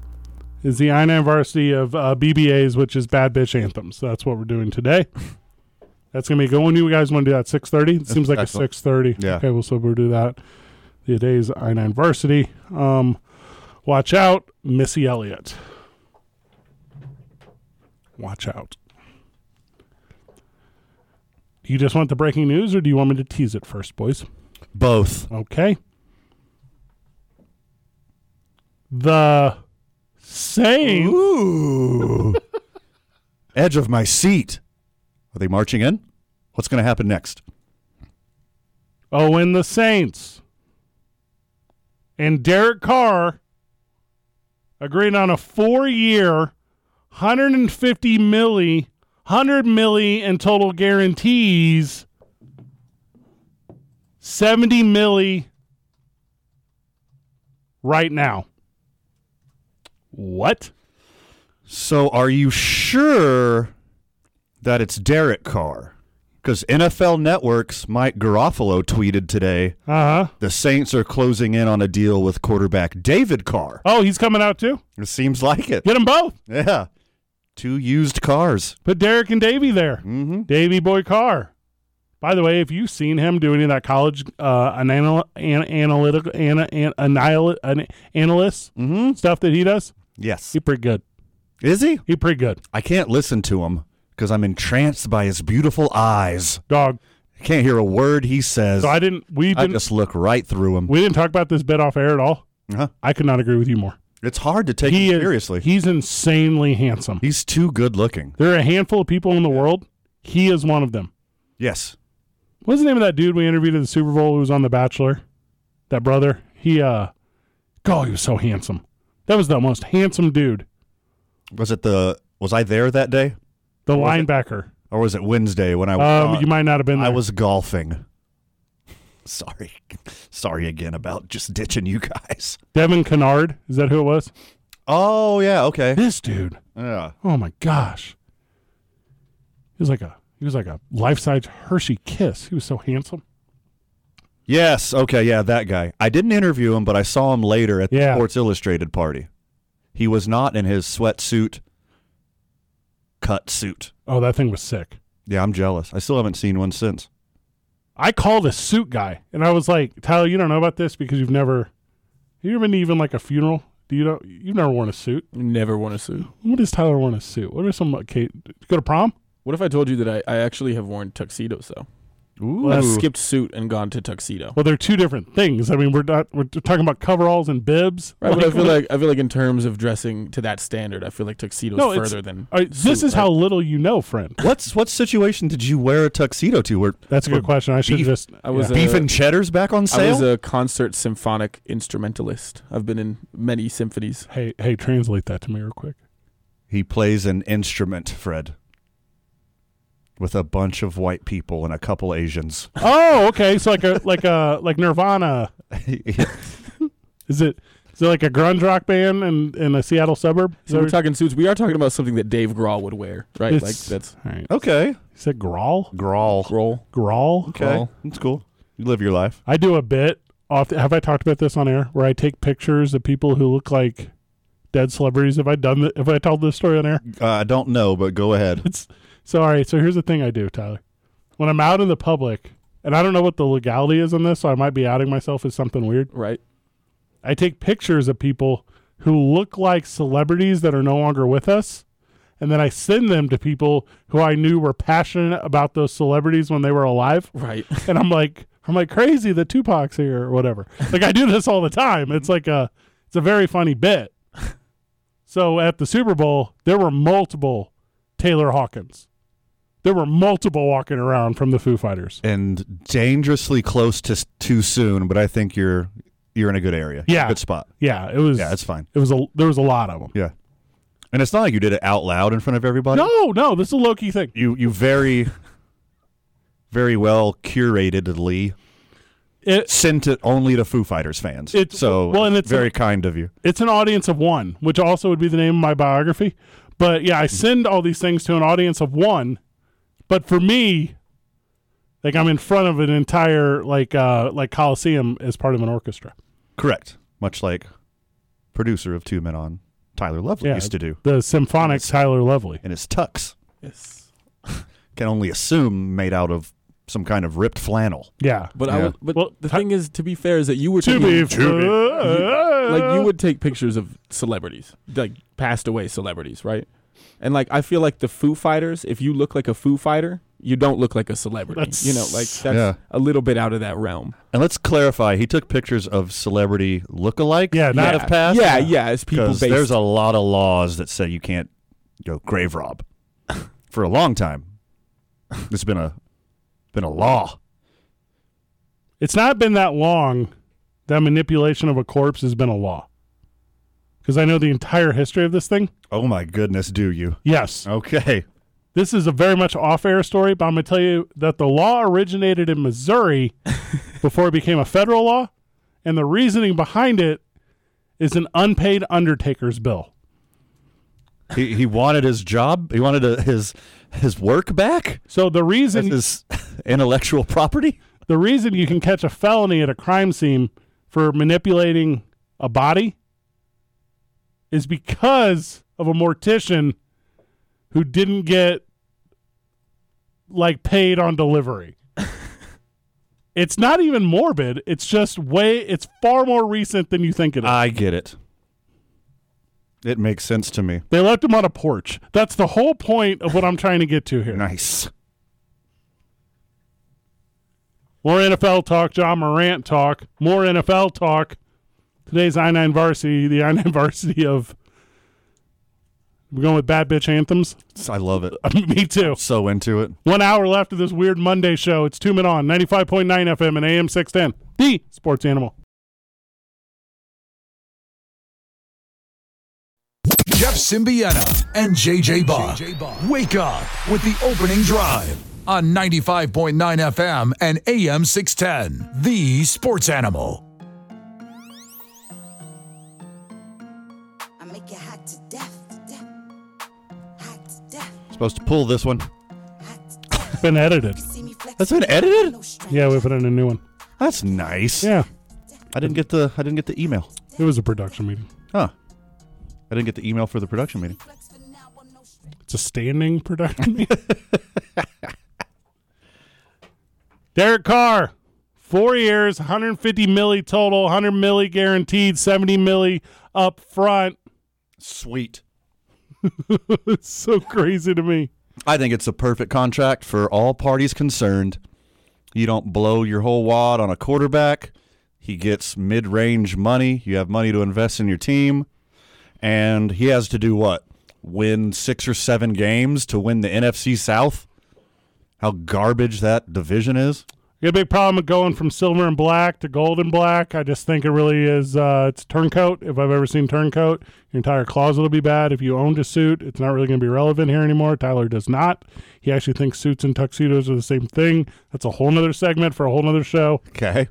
[SPEAKER 1] is the I9 varsity of uh, BBAs, which is bad bitch anthems. That's what we're doing today. That's gonna be good. When do you guys want to do that? Six thirty? It seems like
[SPEAKER 2] excellent.
[SPEAKER 1] a six thirty.
[SPEAKER 2] Yeah.
[SPEAKER 1] Okay. Well, so we'll do that. Today's I9 varsity. Um, watch out, Missy Elliott. Watch out. You just want the breaking news, or do you want me to tease it first, boys?
[SPEAKER 2] Both.
[SPEAKER 1] Okay. The same.
[SPEAKER 2] Ooh. Edge of my seat. Are they marching in? What's going to happen next?
[SPEAKER 1] Oh, and the Saints. And Derek Carr agreed on a four-year, 150 milli, 100 milli in total guarantees, 70 milli right now. What?
[SPEAKER 2] So, are you sure that it's Derek Carr? Because NFL Network's Mike Garofalo tweeted today
[SPEAKER 1] Uh huh.
[SPEAKER 2] the Saints are closing in on a deal with quarterback David Carr.
[SPEAKER 1] Oh, he's coming out too.
[SPEAKER 2] It seems like it.
[SPEAKER 1] Get them both.
[SPEAKER 2] Yeah. Two used cars.
[SPEAKER 1] Put Derek and Davey there. Mm-hmm. Davey Boy Carr. By the way, if you've seen him do any of that college uh, an anal- an- analytical an- an- annihil- an- analyst
[SPEAKER 2] Mhm.
[SPEAKER 1] stuff that he does,
[SPEAKER 2] Yes.
[SPEAKER 1] he pretty good.
[SPEAKER 2] Is he?
[SPEAKER 1] He pretty good.
[SPEAKER 2] I can't listen to him because I'm entranced by his beautiful eyes.
[SPEAKER 1] Dog.
[SPEAKER 2] I can't hear a word he says.
[SPEAKER 1] So I didn't. We
[SPEAKER 2] I
[SPEAKER 1] didn't.
[SPEAKER 2] just look right through him.
[SPEAKER 1] we didn't talk about this bit off air at all.
[SPEAKER 2] Uh-huh.
[SPEAKER 1] I could not agree with you more.
[SPEAKER 2] It's hard to take
[SPEAKER 1] He
[SPEAKER 2] him
[SPEAKER 1] is
[SPEAKER 2] seriously.
[SPEAKER 1] He's insanely handsome.
[SPEAKER 2] He's too good looking.
[SPEAKER 1] There are a handful of people in the world. He is one of them.
[SPEAKER 2] Yes.
[SPEAKER 1] What's the name of that dude we interviewed at the Super Bowl who was on The Bachelor? That brother? He uh God, he was so handsome. That was the most handsome dude.
[SPEAKER 2] Was it the was I there that day?
[SPEAKER 1] The linebacker.
[SPEAKER 2] Or was it Wednesday when I was
[SPEAKER 1] Um,
[SPEAKER 2] gone?
[SPEAKER 1] you might not have been there.
[SPEAKER 2] I was golfing. Sorry. Sorry again about just ditching you guys.
[SPEAKER 1] Devin Kennard. Is that who it was?
[SPEAKER 2] Oh yeah, okay.
[SPEAKER 1] This dude.
[SPEAKER 2] Yeah.
[SPEAKER 1] Oh my gosh. He was like a he was like a life size Hershey kiss. He was so handsome.
[SPEAKER 2] Yes. Okay. Yeah, that guy. I didn't interview him, but I saw him later at
[SPEAKER 1] Yeah.
[SPEAKER 2] the Sports Illustrated party. He was not in his sweatsuit, cut suit.
[SPEAKER 1] Oh, that thing was sick.
[SPEAKER 2] Yeah, I'm jealous. I still haven't seen one since.
[SPEAKER 1] I called a suit guy and I was like, Tyler, you don't know about this because you've never you ever been to even like a funeral? Do you know you've never worn a suit?
[SPEAKER 3] Never want to sue.
[SPEAKER 1] What does Tyler wear in a suit? What are some uh, Kate? Go to prom?
[SPEAKER 3] What if I told you that I, I actually have worn tuxedos though?
[SPEAKER 2] Ooh.
[SPEAKER 3] I've skipped suit and gone to tuxedo.
[SPEAKER 1] Well, they're two different things. I mean, we're not we're talking about coveralls and bibs.
[SPEAKER 3] Right, but I
[SPEAKER 1] Like,
[SPEAKER 3] feel like I feel like in terms of dressing to that standard, I feel like tuxedos
[SPEAKER 1] No, it's-
[SPEAKER 3] further than.
[SPEAKER 1] all right, this
[SPEAKER 3] suit,
[SPEAKER 1] is
[SPEAKER 3] right?
[SPEAKER 1] how little you know, friend.
[SPEAKER 2] What's what situation did you wear a tuxedo to? Were
[SPEAKER 1] That's a good question. I should
[SPEAKER 2] beef.
[SPEAKER 1] just
[SPEAKER 3] I was
[SPEAKER 1] yeah.
[SPEAKER 3] a-
[SPEAKER 2] beef and cheddars back on
[SPEAKER 3] I was
[SPEAKER 2] sale?
[SPEAKER 3] a concert symphonic instrumentalist. I've been in many symphonies.
[SPEAKER 1] hey hey translate that to me real quick.
[SPEAKER 2] he plays an instrument, Fred. with a bunch of white people and a couple Asians.
[SPEAKER 1] Oh, okay. So like a like a like Nirvana. Is it is it like a grunge rock band in in a Seattle suburb?
[SPEAKER 3] So we're talking suits. We are talking about something that Dave Grohl would wear, right?
[SPEAKER 1] It's-
[SPEAKER 3] like that's
[SPEAKER 1] all right.
[SPEAKER 2] okay.
[SPEAKER 1] Is it Growl?
[SPEAKER 2] Grawl.
[SPEAKER 3] Grohl.
[SPEAKER 1] Growl.
[SPEAKER 2] Okay.
[SPEAKER 3] Grawl.
[SPEAKER 2] That's cool. You live your life.
[SPEAKER 1] I do a bit. Off have I talked about this on air? Where I take pictures of people who look like dead celebrities. Have I done? Th- have I told this story on air?
[SPEAKER 2] Uh, I don't know, but go ahead.
[SPEAKER 1] It's so all right. So here's the thing I do, Tyler. When I'm out in the public, and I don't know what the legality is on this, so I might be outing myself as something weird.
[SPEAKER 3] Right.
[SPEAKER 1] I take pictures of people who look like celebrities that are no longer with us, and then I send them to people who I knew were passionate about those celebrities when they were alive.
[SPEAKER 3] Right.
[SPEAKER 1] And I'm like, I'm like crazy that Tupac's here or whatever. Like I do this all the time. It's like a, it's a very funny bit. So at the Super Bowl, there were multiple Taylor Hawkins. There were multiple walking around from the Foo Fighters.
[SPEAKER 2] And dangerously close to s- too soon, but I think you're you're in a good area.
[SPEAKER 1] Yeah.
[SPEAKER 2] Good spot.
[SPEAKER 1] Yeah, it was.
[SPEAKER 2] Yeah, that's fine.
[SPEAKER 1] It was a. There was a lot of them.
[SPEAKER 2] Yeah. And it's not like you did it out loud in front of everybody.
[SPEAKER 1] No, no, this is a low key thing.
[SPEAKER 2] You you very very well curatedly
[SPEAKER 1] It,
[SPEAKER 2] sent it only to Foo Fighters fans.
[SPEAKER 1] It's-
[SPEAKER 2] so
[SPEAKER 1] well, and it's-
[SPEAKER 2] very kind of you.
[SPEAKER 1] it's an audience of one, which also would be the name of my biography. But yeah, I send all these things to an audience of one. But for me, like I'm in front of an entire like uh like Coliseum as part of an orchestra.
[SPEAKER 2] Correct. Much like producer of Two Men on Tyler Lovely
[SPEAKER 1] Yeah.
[SPEAKER 2] used to do.
[SPEAKER 1] The symphonic Tyler Lovely.
[SPEAKER 2] And it's tux.
[SPEAKER 3] Yes.
[SPEAKER 2] Can only assume made out of some kind of ripped flannel.
[SPEAKER 1] Yeah.
[SPEAKER 3] But I
[SPEAKER 2] Yeah.
[SPEAKER 3] will, but
[SPEAKER 1] Well,
[SPEAKER 3] the
[SPEAKER 1] ha-
[SPEAKER 3] thing is, to be fair, is that you were
[SPEAKER 1] To be
[SPEAKER 3] taking-
[SPEAKER 1] fair.
[SPEAKER 3] like you would take pictures of celebrities, like passed away celebrities, right? And like I feel like the Foo Fighters, if you look like a Foo Fighter, you don't look like a celebrity.
[SPEAKER 1] That's-
[SPEAKER 3] you know, like that's
[SPEAKER 2] Yeah.
[SPEAKER 3] a little bit out of that realm.
[SPEAKER 2] And let's clarify, he took pictures of celebrity lookalike.
[SPEAKER 1] Yeah,
[SPEAKER 2] not
[SPEAKER 1] yeah.
[SPEAKER 2] of past.
[SPEAKER 3] yeah, yeah, it's people
[SPEAKER 2] Because
[SPEAKER 3] based.
[SPEAKER 2] there's a lot of laws that say you can't go grave rob for a long time. It's been a been a law.
[SPEAKER 1] It's not been that long that manipulation of a corpse has been a law. Because I know the entire history of this thing.
[SPEAKER 2] Oh my goodness, do you?
[SPEAKER 1] Yes.
[SPEAKER 2] Okay.
[SPEAKER 1] This is a very much off air story, but I'm going to tell you that the law originated in Missouri before it became a federal law. And the reasoning behind it is an unpaid undertaker's bill.
[SPEAKER 2] He he wanted his job. He wanted a, his his work back.
[SPEAKER 1] So the reason
[SPEAKER 2] His intellectual property.
[SPEAKER 1] the reason you can catch a felony at a crime scene for manipulating a body is because of a mortician who didn't get like paid on delivery. it's not even morbid. It's just way it's far more recent than you think it is.
[SPEAKER 2] I get it. It makes sense to me.
[SPEAKER 1] they left him on a porch. That's the whole point of what I'm trying to get to here.
[SPEAKER 2] Nice.
[SPEAKER 1] More NFL talk, John Morant talk, more NFL talk. Today's I 9 varsity, the I 9 varsity of. We're going with Bad Bitch Anthems?
[SPEAKER 2] I love it.
[SPEAKER 1] Me too.
[SPEAKER 2] So into it.
[SPEAKER 1] One hour left of this weird Monday show. It's Two Men On, 95.9 FM and AM 610. The Sports Animal.
[SPEAKER 9] Jeff Symbieta and JJ Bach. Wake up with the opening drive on 95.9 FM and AM 610. The Sports Animal.
[SPEAKER 8] I make you hot to death, to death, hot to death,
[SPEAKER 2] Supposed to pull this one.
[SPEAKER 8] hot to death.
[SPEAKER 1] It's been edited.
[SPEAKER 8] See me flex.
[SPEAKER 2] That's been edited.
[SPEAKER 1] Yeah, we put in a new one.
[SPEAKER 2] That's nice.
[SPEAKER 1] Yeah,
[SPEAKER 2] I didn't get the I didn't get the email.
[SPEAKER 1] it was a production meeting.
[SPEAKER 2] Huh. I didn't get the email for the production meeting.
[SPEAKER 1] It's a standing production meeting. Derek Carr, four years, 150 milli total, 100 milli guaranteed, 70 milli up front.
[SPEAKER 2] Sweet.
[SPEAKER 1] It's so crazy to me.
[SPEAKER 2] I think it's a perfect contract for all parties concerned. You don't blow your whole wad on a quarterback. He gets mid range money. You have money to invest in your team. And he has to do what? Win six or seven games to win the NFC South? How garbage that division is.
[SPEAKER 1] You got a big problem with going from silver and black to gold and black. I just think it really is. Uh, it's turncoat. If I've ever seen turncoat, your entire closet will be bad. If you owned a suit, it's not really going to be relevant here anymore. Tyler does not. He actually thinks suits and tuxedos are the same thing. That's a whole nother segment for a whole nother show.
[SPEAKER 2] Okay.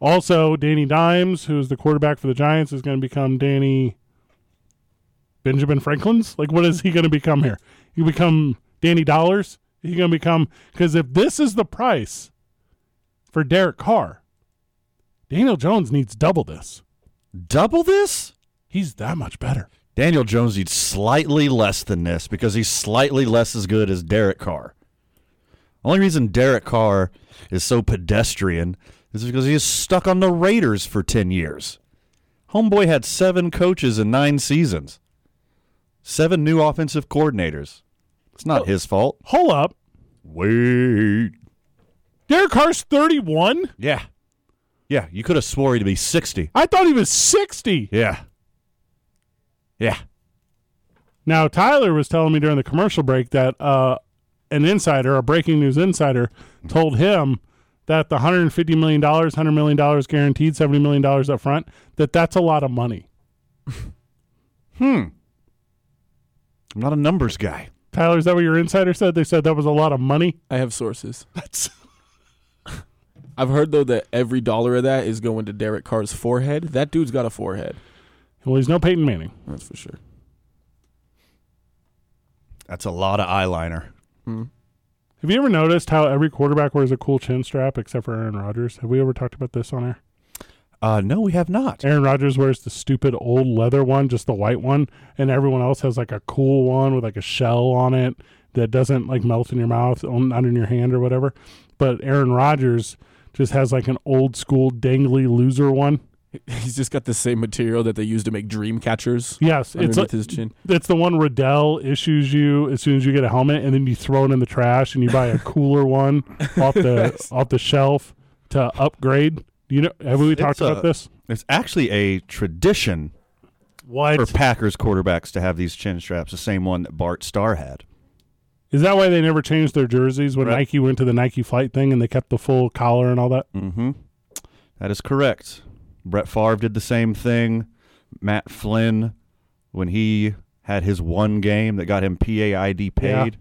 [SPEAKER 1] Also, Danny Dimes, who's the quarterback for the Giants, is going to become Danny Benjamin Franklin's. Like, what is he going to become here? You become Danny Dollars? He going to become because if this is the price for Derek Carr, Daniel Jones needs double this.
[SPEAKER 2] Double this?
[SPEAKER 1] He's that much better.
[SPEAKER 2] Daniel Jones needs slightly less than this because he's slightly less as good as Derek Carr. Only reason Derek Carr is so pedestrian is because he is stuck on the Raiders for 10 years. Homeboy had seven coaches in nine seasons, seven new offensive coordinators. It's not his fault.
[SPEAKER 1] Hold up,
[SPEAKER 2] Wait.
[SPEAKER 1] Derek Carr's thirty-one.
[SPEAKER 2] Yeah. Yeah, you could have swore he'd be 60.
[SPEAKER 1] I thought he was sixty.
[SPEAKER 2] Yeah. Yeah.
[SPEAKER 1] Now, Tyler was telling me during the commercial break that uh, an insider, a breaking news insider, told him that the $150 million, $100 million guaranteed, $70 million up front, that that's a lot of money.
[SPEAKER 2] I'm not a numbers guy.
[SPEAKER 1] Tyler, is that what your insider said? They said that was a lot of money.
[SPEAKER 3] I have sources.
[SPEAKER 1] That's
[SPEAKER 3] I've heard though that every dollar of that is going to Derek Carr's forehead. That dude's got a forehead.
[SPEAKER 1] well, he's no Peyton Manning.
[SPEAKER 3] That's for sure.
[SPEAKER 2] That's a lot of eyeliner.
[SPEAKER 1] Have you ever noticed how every quarterback wears a cool chin strap except for Aaron Rodgers? Have we ever talked about this on air?
[SPEAKER 2] Uh, no, we have not.
[SPEAKER 1] Aaron Rodgers wears the stupid old leather one, just the white one, and everyone else has like a cool one with like a shell on it that doesn't like melt in your mouth, on- not in your hand or whatever. But Aaron Rodgers just has like an old school dangly loser one.
[SPEAKER 3] He's just got the same material that they use to make dream catchers
[SPEAKER 1] Yes, it's
[SPEAKER 3] underneath
[SPEAKER 1] like,
[SPEAKER 3] his chin.
[SPEAKER 1] it's the one Riddell issues you as soon as you get a helmet, and then you throw it in the trash and you buy a cooler one off the off the shelf to upgrade. You know, have we talked
[SPEAKER 2] a-
[SPEAKER 1] about this?
[SPEAKER 2] It's actually a tradition
[SPEAKER 1] What
[SPEAKER 2] for Packers quarterbacks to have these chin straps, the same one that Bart Starr had.
[SPEAKER 1] Is that why they never changed their jerseys when
[SPEAKER 2] Right.
[SPEAKER 1] Nike went to the Nike flight thing and they kept the full collar and all that?
[SPEAKER 2] Mm-hmm. That is correct. Brett Favre did the same thing. Matt Flynn, when he had his one game that got him PAID paid.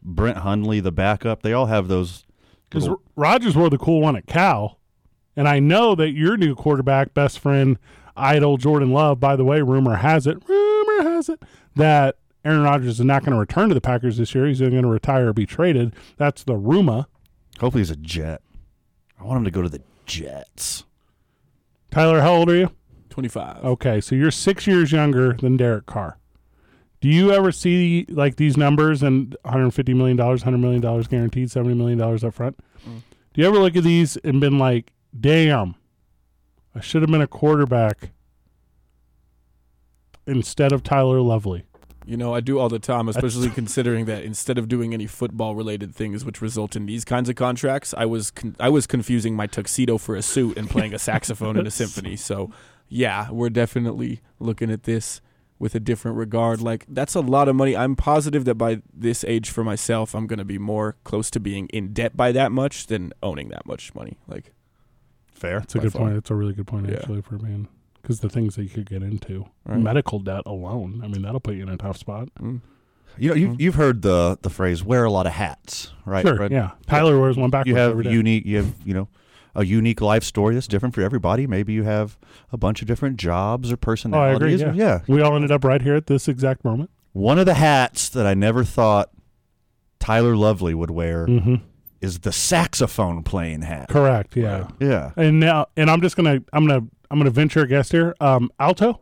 [SPEAKER 2] Brent Hundley, the backup. They all have those.
[SPEAKER 1] Because
[SPEAKER 2] little-
[SPEAKER 1] Rogers wore the cool one at Cal, and I know that your new quarterback, best friend, idol Jordan Love. By the way, rumor has it, rumor has it that Aaron Rodgers is not going to return to the Packers this year. He's either going to retire or be traded. That's the rumor.
[SPEAKER 2] Hopefully, he's a Jet. I want him to go to the Jets.
[SPEAKER 1] Tyler, how old are you?
[SPEAKER 3] Twenty five.
[SPEAKER 1] Okay, so you're six years younger than Derek Carr. Do you ever see like these numbers and 150 million dollars, 100 million dollars guaranteed, 70 million dollars up front? Do you ever look at these and been like, "Damn, I should have been a quarterback instead of Tyler Lovely."
[SPEAKER 3] You know, I do all the time, especially considering that instead of doing any football related things which result in these kinds of contracts, I was con- I was confusing my tuxedo for a suit and playing a saxophone in a symphony. So, yeah, we're definitely looking at this with a different regard. Like that's a lot of money. I'm positive that by this age for myself, I'm going to be more close to being in debt by that much than owning that much money. Like
[SPEAKER 2] Fair.
[SPEAKER 1] That's a
[SPEAKER 3] By
[SPEAKER 1] good
[SPEAKER 3] far.
[SPEAKER 1] point. That's a really good point
[SPEAKER 3] Yeah.
[SPEAKER 1] actually for being because the things that you could get into,
[SPEAKER 3] Right.
[SPEAKER 1] medical debt alone. I mean, that'll put you in a tough spot.
[SPEAKER 2] You know, you, you've heard the the phrase "wear a lot of hats," right?
[SPEAKER 1] sure.
[SPEAKER 2] Fred?
[SPEAKER 1] Yeah. Tyler wears one backwards
[SPEAKER 2] You have
[SPEAKER 1] every day.
[SPEAKER 2] unique. You have you know a unique life story that's different for everybody. Maybe you have a bunch of different jobs or
[SPEAKER 1] oh, I
[SPEAKER 2] personalities.
[SPEAKER 1] agree. Yeah.
[SPEAKER 2] yeah.
[SPEAKER 1] We all ended up right here at this exact moment.
[SPEAKER 2] One of the hats that I never thought Tyler Lovely would wear
[SPEAKER 1] Mm-hmm.
[SPEAKER 2] is the saxophone playing hat.
[SPEAKER 1] Correct. Yeah.
[SPEAKER 2] Yeah.
[SPEAKER 1] And now, and I'm just gonna, I'm gonna, I'm gonna venture a guess here. Um, alto.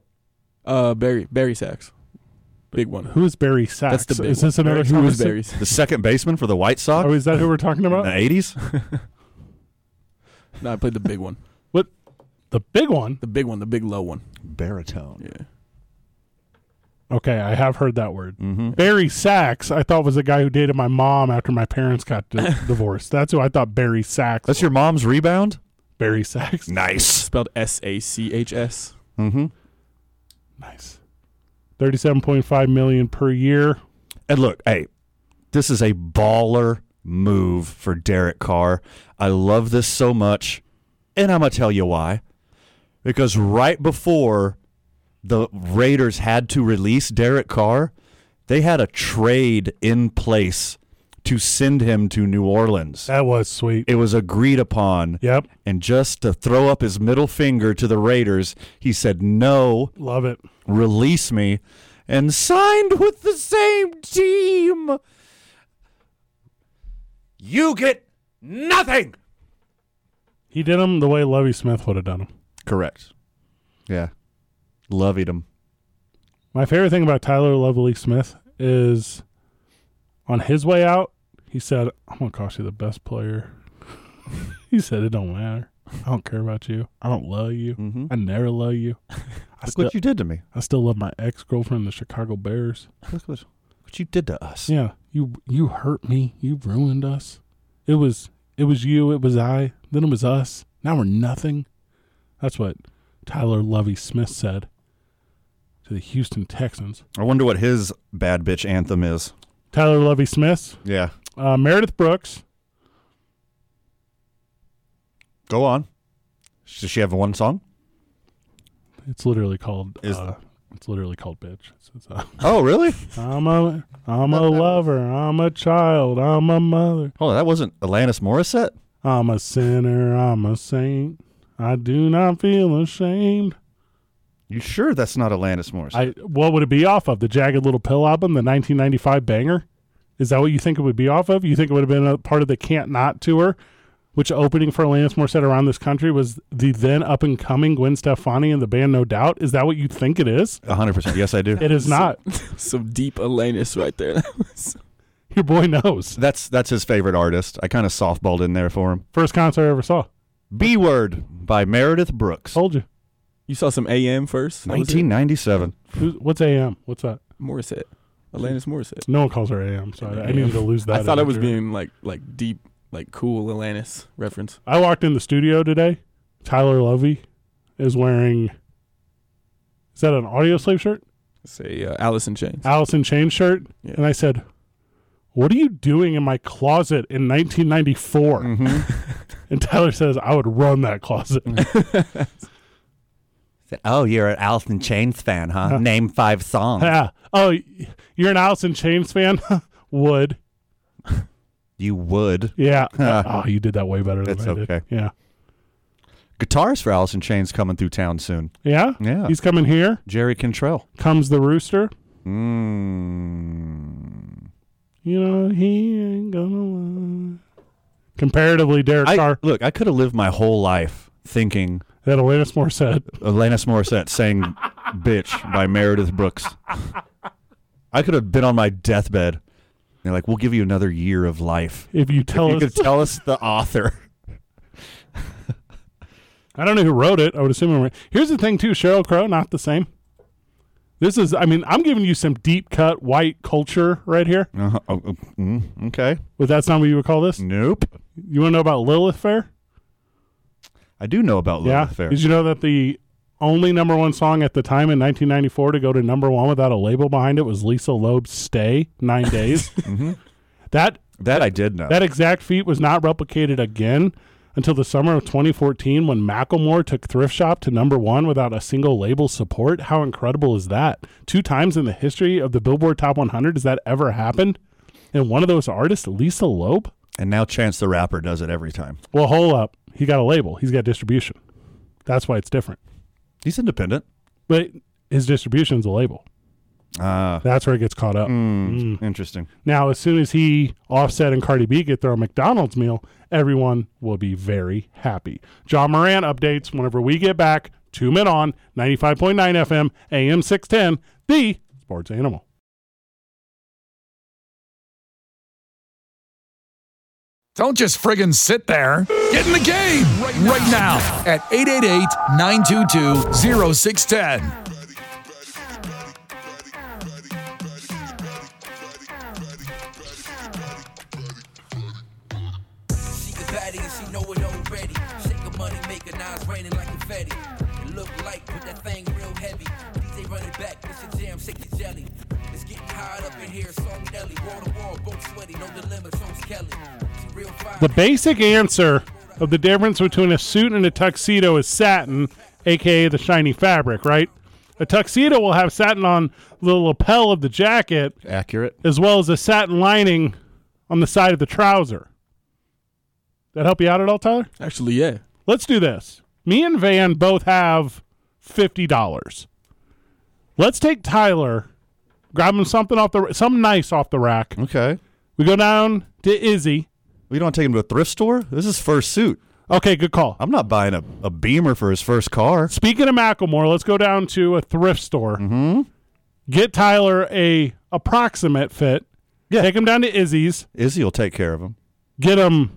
[SPEAKER 3] uh Barry Barry Sachs. Big one.
[SPEAKER 1] Who is Barry Sachs?
[SPEAKER 3] That's the big
[SPEAKER 1] is this
[SPEAKER 3] one.
[SPEAKER 1] another
[SPEAKER 3] Who is
[SPEAKER 1] conversa-
[SPEAKER 3] Barry Sachs?
[SPEAKER 2] The second baseman for the White Sox
[SPEAKER 1] Oh, is that who we're talking
[SPEAKER 2] in
[SPEAKER 1] about?
[SPEAKER 2] the eighties.
[SPEAKER 3] No, I played the big one.
[SPEAKER 1] The big one.
[SPEAKER 3] The big one, the big low one.
[SPEAKER 2] Baritone.
[SPEAKER 3] Yeah.
[SPEAKER 1] Okay, I have heard that word.
[SPEAKER 2] Mm-hmm.
[SPEAKER 1] Barry Sachs. I thought was the guy who dated my mom after my parents got di- divorced. That's who I thought Barry Sachs.
[SPEAKER 2] That's
[SPEAKER 1] was.
[SPEAKER 2] your mom's rebound.
[SPEAKER 1] Barry Sachs.
[SPEAKER 2] Nice.
[SPEAKER 3] Spelled S A C H S.
[SPEAKER 2] Mm-hmm.
[SPEAKER 1] Nice. Thirty-seven point five million per year.
[SPEAKER 2] And look, hey, this is a baller move for Derek Carr. I love this so much, and I'm going to tell you why. Because right before the Raiders had to release Derek Carr, they had a trade in place to send him to New Orleans.
[SPEAKER 1] That was sweet.
[SPEAKER 2] It was agreed upon.
[SPEAKER 1] Yep.
[SPEAKER 2] And just to throw up his middle finger to the Raiders, he said, No,
[SPEAKER 1] Love it.
[SPEAKER 2] release me, and signed with the same team. You get nothing.
[SPEAKER 1] He did them the way Lovey Smith would have done them.
[SPEAKER 2] Correct. Yeah. Loved him.
[SPEAKER 1] My favorite thing about Tyler Lovely Smith is on his way out, he said, I'm going to cost you the best player. he said, It don't matter. I don't care about you. I don't love you. I never love you. I
[SPEAKER 2] Look
[SPEAKER 1] still,
[SPEAKER 2] what you did to me.
[SPEAKER 1] I still love my ex girlfriend, the Chicago Bears.
[SPEAKER 2] Look what, what you did to us.
[SPEAKER 1] Yeah, you you hurt me. You ruined us. It was it was you. It was I. Then it was us. Now we're nothing. That's what Tyler Lovey Smith said to the Houston Texans.
[SPEAKER 2] I wonder what his bad bitch anthem is.
[SPEAKER 1] Tyler Lovey Smith,
[SPEAKER 2] Yeah.
[SPEAKER 1] uh, Meredith Brooks.
[SPEAKER 2] Go on. Does she have one song?
[SPEAKER 1] It's literally called.
[SPEAKER 2] Is-
[SPEAKER 1] uh, it's literally called bitch. It's- it's, uh,
[SPEAKER 2] Oh, really?
[SPEAKER 1] I'm a I'm a lover. I'm a child. I'm a mother.
[SPEAKER 2] Hold on, Oh, that wasn't Alanis Morissette?
[SPEAKER 1] I'm a sinner. I'm a saint. I do not feel ashamed.
[SPEAKER 2] You sure that's not Alanis Morissette?
[SPEAKER 1] I what would it be off of? The Jagged Little Pill album, the 1995 banger? Is that what you think it would be off of? You think it would have been a part of the Can't Not tour, which opening for Alanis Morissette around this country was the then up and coming Gwen Stefani and the band No Doubt? Is that what you think it is?
[SPEAKER 2] 100%. Yes, I do.
[SPEAKER 1] It is not.
[SPEAKER 3] Some deep Alanis right there.
[SPEAKER 1] Your boy knows.
[SPEAKER 2] That's that's his favorite artist. I kind of softballed in there for him.
[SPEAKER 1] First concert I ever saw.
[SPEAKER 2] B Word by Meredith Brooks.
[SPEAKER 1] Told you.
[SPEAKER 3] you saw some AM first. That was it.
[SPEAKER 2] 1997.
[SPEAKER 1] Who's, what's AM? What's that?
[SPEAKER 3] Morissette, Alanis Morissette.
[SPEAKER 1] No one calls her AM, so I, I needed to lose that.
[SPEAKER 3] I thought I was
[SPEAKER 1] imagery.
[SPEAKER 3] being like like deep, like cool Alanis reference.
[SPEAKER 1] I walked in the studio today. Tyler Lovey is wearing. Is that an audio slave shirt?
[SPEAKER 3] Say uh, Alice in Chains.
[SPEAKER 1] Allison Chain shirt,
[SPEAKER 3] Yeah.
[SPEAKER 1] and I said, "What are you doing in my closet in 1994?"
[SPEAKER 2] Mm-hmm.
[SPEAKER 1] and Tyler says, "I would run that closet."
[SPEAKER 2] Oh, you're an Alton Chains fan, huh? Name five songs.
[SPEAKER 1] yeah. Oh, y- you're an Allison Chains fan? would.
[SPEAKER 2] You would.
[SPEAKER 1] Yeah. oh, you did that way better than
[SPEAKER 2] That's
[SPEAKER 1] I did.
[SPEAKER 2] okay.
[SPEAKER 1] Yeah.
[SPEAKER 2] Guitarist for Allison Chains coming through town soon.
[SPEAKER 1] Yeah.
[SPEAKER 2] Yeah.
[SPEAKER 1] He's coming here.
[SPEAKER 2] Jerry Cantrell.
[SPEAKER 1] Comes the rooster.
[SPEAKER 2] Mm.
[SPEAKER 1] You know he ain't gonna lie. Comparatively, Derek
[SPEAKER 2] I,
[SPEAKER 1] Carr
[SPEAKER 2] look, I could have lived my whole life thinking
[SPEAKER 1] that Alanis Moore said.
[SPEAKER 2] Alanis Morissette sang Bitch by Meredith Brooks. I could have been on my deathbed. and They're like, we'll give you another year of life.
[SPEAKER 1] If you tell
[SPEAKER 2] you
[SPEAKER 1] us,
[SPEAKER 2] could tell us the author.
[SPEAKER 1] I don't know who wrote it. I would assume. it was- Here's the thing, too. Cheryl Crow, not the same. This is. I mean, I'm giving you some deep cut white culture right here.
[SPEAKER 2] Uh-huh. Oh, oh, mm, okay.
[SPEAKER 1] Would that sound what you would call this?
[SPEAKER 2] Nope.
[SPEAKER 1] You want to know about Lilith Fair?
[SPEAKER 2] I do know about Lilith
[SPEAKER 1] yeah.
[SPEAKER 2] Fair.
[SPEAKER 1] Did you know that the only number one song at the time in 1994 to go to number one without a label behind it was Lisa Loeb's "Stay" nine days.
[SPEAKER 2] Mm-hmm.
[SPEAKER 1] That
[SPEAKER 2] that I did know.
[SPEAKER 1] that exact feat was not replicated again until the summer of 2014 when Macklemore took Thrift Shop to number one without a single label support. How incredible is that? Two times in the history of the Billboard Top 100 has that ever happened? And one of those artists, Lisa Loeb?
[SPEAKER 2] and now Chance the Rapper does it every time.
[SPEAKER 1] Well, hold up. He got a label, he's got distribution. That's why it's different.
[SPEAKER 2] He's independent.
[SPEAKER 1] But his distribution's a label.
[SPEAKER 2] Ah, hmm.
[SPEAKER 1] That's where it gets caught up. Mm.
[SPEAKER 2] interesting.
[SPEAKER 1] Now, as soon as he, Offset, and Cardi B get their own McDonald's meal, everyone will be very happy. John Moran updates whenever we get back. Two men on 95.9 FM, AM 610, the sports animal.
[SPEAKER 9] Don't just friggin' sit there. Get in the game right now, at 888-922-0610.
[SPEAKER 10] She can batty and she know it already. Shake her money, make her nines raining like confetti. It look light, but that thing real heavy. DJ run it back, it's a jam, shake the jelly. It's getting hot Fired up in here, song Nelly. Wall to wall, both sweaty, no dilemma, toast Kelly. She real fine.
[SPEAKER 1] The basic answer of the difference between a suit and a tuxedo is satin, aka the shiny fabric, right? A tuxedo will have satin on the lapel of the jacket,
[SPEAKER 2] Accurate.
[SPEAKER 1] as well as a satin lining on the side of the trouser. That help you out at all, Tyler?
[SPEAKER 3] Actually, yeah.
[SPEAKER 1] Let's do this. Me and Van both have fifty dollars. Let's take Tyler, grab him something off the some nice off the rack.
[SPEAKER 2] Okay.
[SPEAKER 1] We go down to Izzy.
[SPEAKER 2] We don't take him to a thrift store. This is his first suit.
[SPEAKER 1] Okay, good call.
[SPEAKER 2] I'm not buying a, a Beamer for his first car.
[SPEAKER 1] Speaking of Macklemore, let's go down to a thrift store. Mm-hmm. Get Tyler a approximate fit.
[SPEAKER 2] Yeah.
[SPEAKER 1] Take him down to Izzy's.
[SPEAKER 2] Izzy will take care of him.
[SPEAKER 1] Get him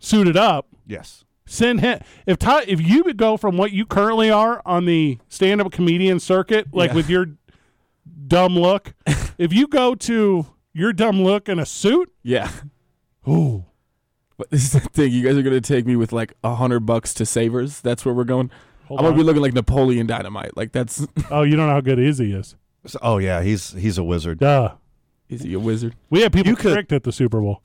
[SPEAKER 1] suited up.
[SPEAKER 2] Yes.
[SPEAKER 1] Send him if Ty, if you would go from what you currently are on the stand up comedian circuit, like with your dumb look, if you go to your dumb look in a suit,
[SPEAKER 3] Yeah.
[SPEAKER 1] ooh,
[SPEAKER 3] But this is the thing. You guys are gonna take me with like a hundred bucks to Savers. That's where we're going. I'm gonna
[SPEAKER 1] on.
[SPEAKER 3] be looking like Napoleon Dynamite. Like that's
[SPEAKER 1] oh, you don't know how good Izzy is.
[SPEAKER 2] So- oh yeah, he's he's a wizard.
[SPEAKER 1] Duh.
[SPEAKER 3] is he a wizard?
[SPEAKER 1] We had people
[SPEAKER 2] You could-
[SPEAKER 1] tricked at the Super Bowl.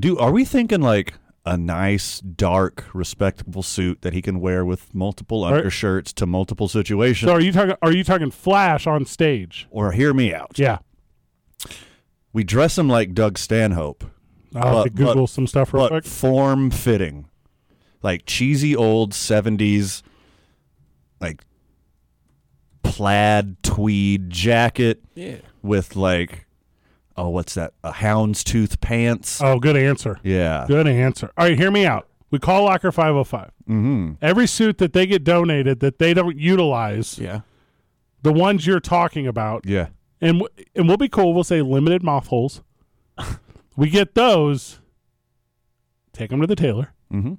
[SPEAKER 2] Do are we thinking like a nice, dark, respectable suit that he can wear with multiple
[SPEAKER 1] right.
[SPEAKER 2] undershirts to multiple situations?
[SPEAKER 1] So are you talking? Are you talking Flash on stage?
[SPEAKER 2] Or hear me out.
[SPEAKER 1] Yeah.
[SPEAKER 2] We dress him like Doug Stanhope,
[SPEAKER 1] I'll have to
[SPEAKER 2] But-
[SPEAKER 1] Google
[SPEAKER 2] but-
[SPEAKER 1] some stuff real
[SPEAKER 2] but
[SPEAKER 1] quick.
[SPEAKER 2] form fitting, like cheesy old '70s, like plaid tweed jacket
[SPEAKER 3] Yeah.
[SPEAKER 2] with like, oh, what's that? A houndstooth pants.
[SPEAKER 1] Oh, good answer.
[SPEAKER 2] yeah.
[SPEAKER 1] Good answer. All right, hear me out. We call Locker 505. Mm-hmm. Every suit that they get donated that they don't utilize,
[SPEAKER 3] Yeah.
[SPEAKER 1] the ones you're talking about,
[SPEAKER 2] Yeah.
[SPEAKER 1] and w- and we'll be cool. We'll say limited moth holes. we get those. Take them to the tailor, mm-hmm. and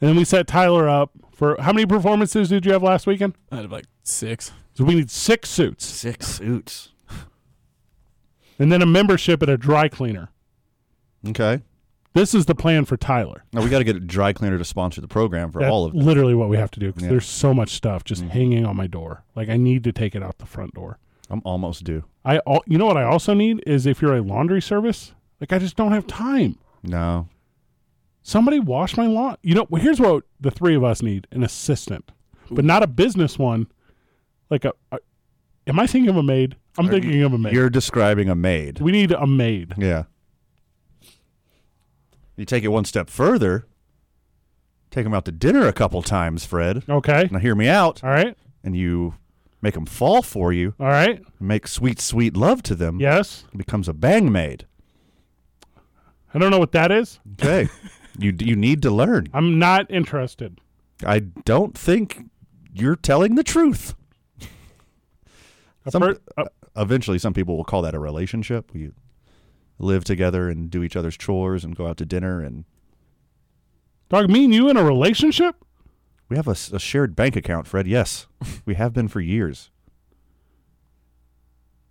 [SPEAKER 1] then we set Tyler up for how many performances did you have last weekend?
[SPEAKER 3] Out of like six.
[SPEAKER 1] So we need six suits,
[SPEAKER 2] Six suits.
[SPEAKER 1] and then a membership at a dry cleaner.
[SPEAKER 2] Okay.
[SPEAKER 1] This is the plan for Tyler.
[SPEAKER 2] Now we got to get a dry cleaner to sponsor the program for
[SPEAKER 1] That's
[SPEAKER 2] all of it.
[SPEAKER 1] literally what we have to do because
[SPEAKER 2] Yeah. Mm-hmm.
[SPEAKER 1] there's so much stuff just hanging on my door. Like I need to take it out the front door.
[SPEAKER 2] I'm almost due.
[SPEAKER 1] I all, you know what I also need is if you're a laundry service, like I just don't have time.
[SPEAKER 2] No.
[SPEAKER 1] Somebody wash my lawn. You know, well, here's what the three of us need: an assistant, but not a business one. Like a, a am I thinking of a maid? I'm thinking of a maid.
[SPEAKER 2] You're describing a maid.
[SPEAKER 1] we need a maid.
[SPEAKER 2] Yeah. You take it one step further. Take him out to dinner a couple times, Fred.
[SPEAKER 1] Okay.
[SPEAKER 2] Now hear me out.
[SPEAKER 1] All right.
[SPEAKER 2] And you make them fall for you.
[SPEAKER 1] All right.
[SPEAKER 2] Make sweet, sweet love to them.
[SPEAKER 1] Yes.
[SPEAKER 2] It becomes a bang maid.
[SPEAKER 1] I don't know what that is.
[SPEAKER 2] Okay. you you need to learn.
[SPEAKER 1] I'm not interested.
[SPEAKER 2] I don't think you're telling the truth.
[SPEAKER 1] A
[SPEAKER 2] Some-
[SPEAKER 1] per- a-
[SPEAKER 2] eventually some people will call that a relationship. We live together and do each other's chores and go out to dinner and
[SPEAKER 1] dog, me and you in a relationship?
[SPEAKER 2] we have a, s- a shared bank account, Fred. Yes, we have been for years.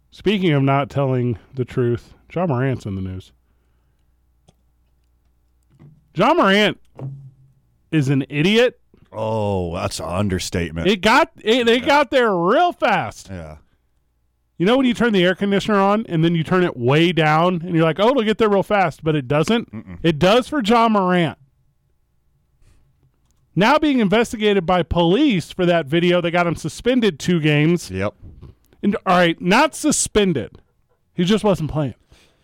[SPEAKER 1] Speaking of not telling the truth, John Morant's in the news. John Morant is an idiot.
[SPEAKER 2] Oh, that's an understatement.
[SPEAKER 1] It got it, it got there real fast.
[SPEAKER 2] yeah.
[SPEAKER 1] You know when you turn the air conditioner on and then you turn it way down and you're like, "Oh, it'll get there real fast," but it doesn't. It does for John Morant. Now being investigated by police for that video that got him suspended two games.
[SPEAKER 2] Yep.
[SPEAKER 1] And all right, not suspended. He just wasn't playing.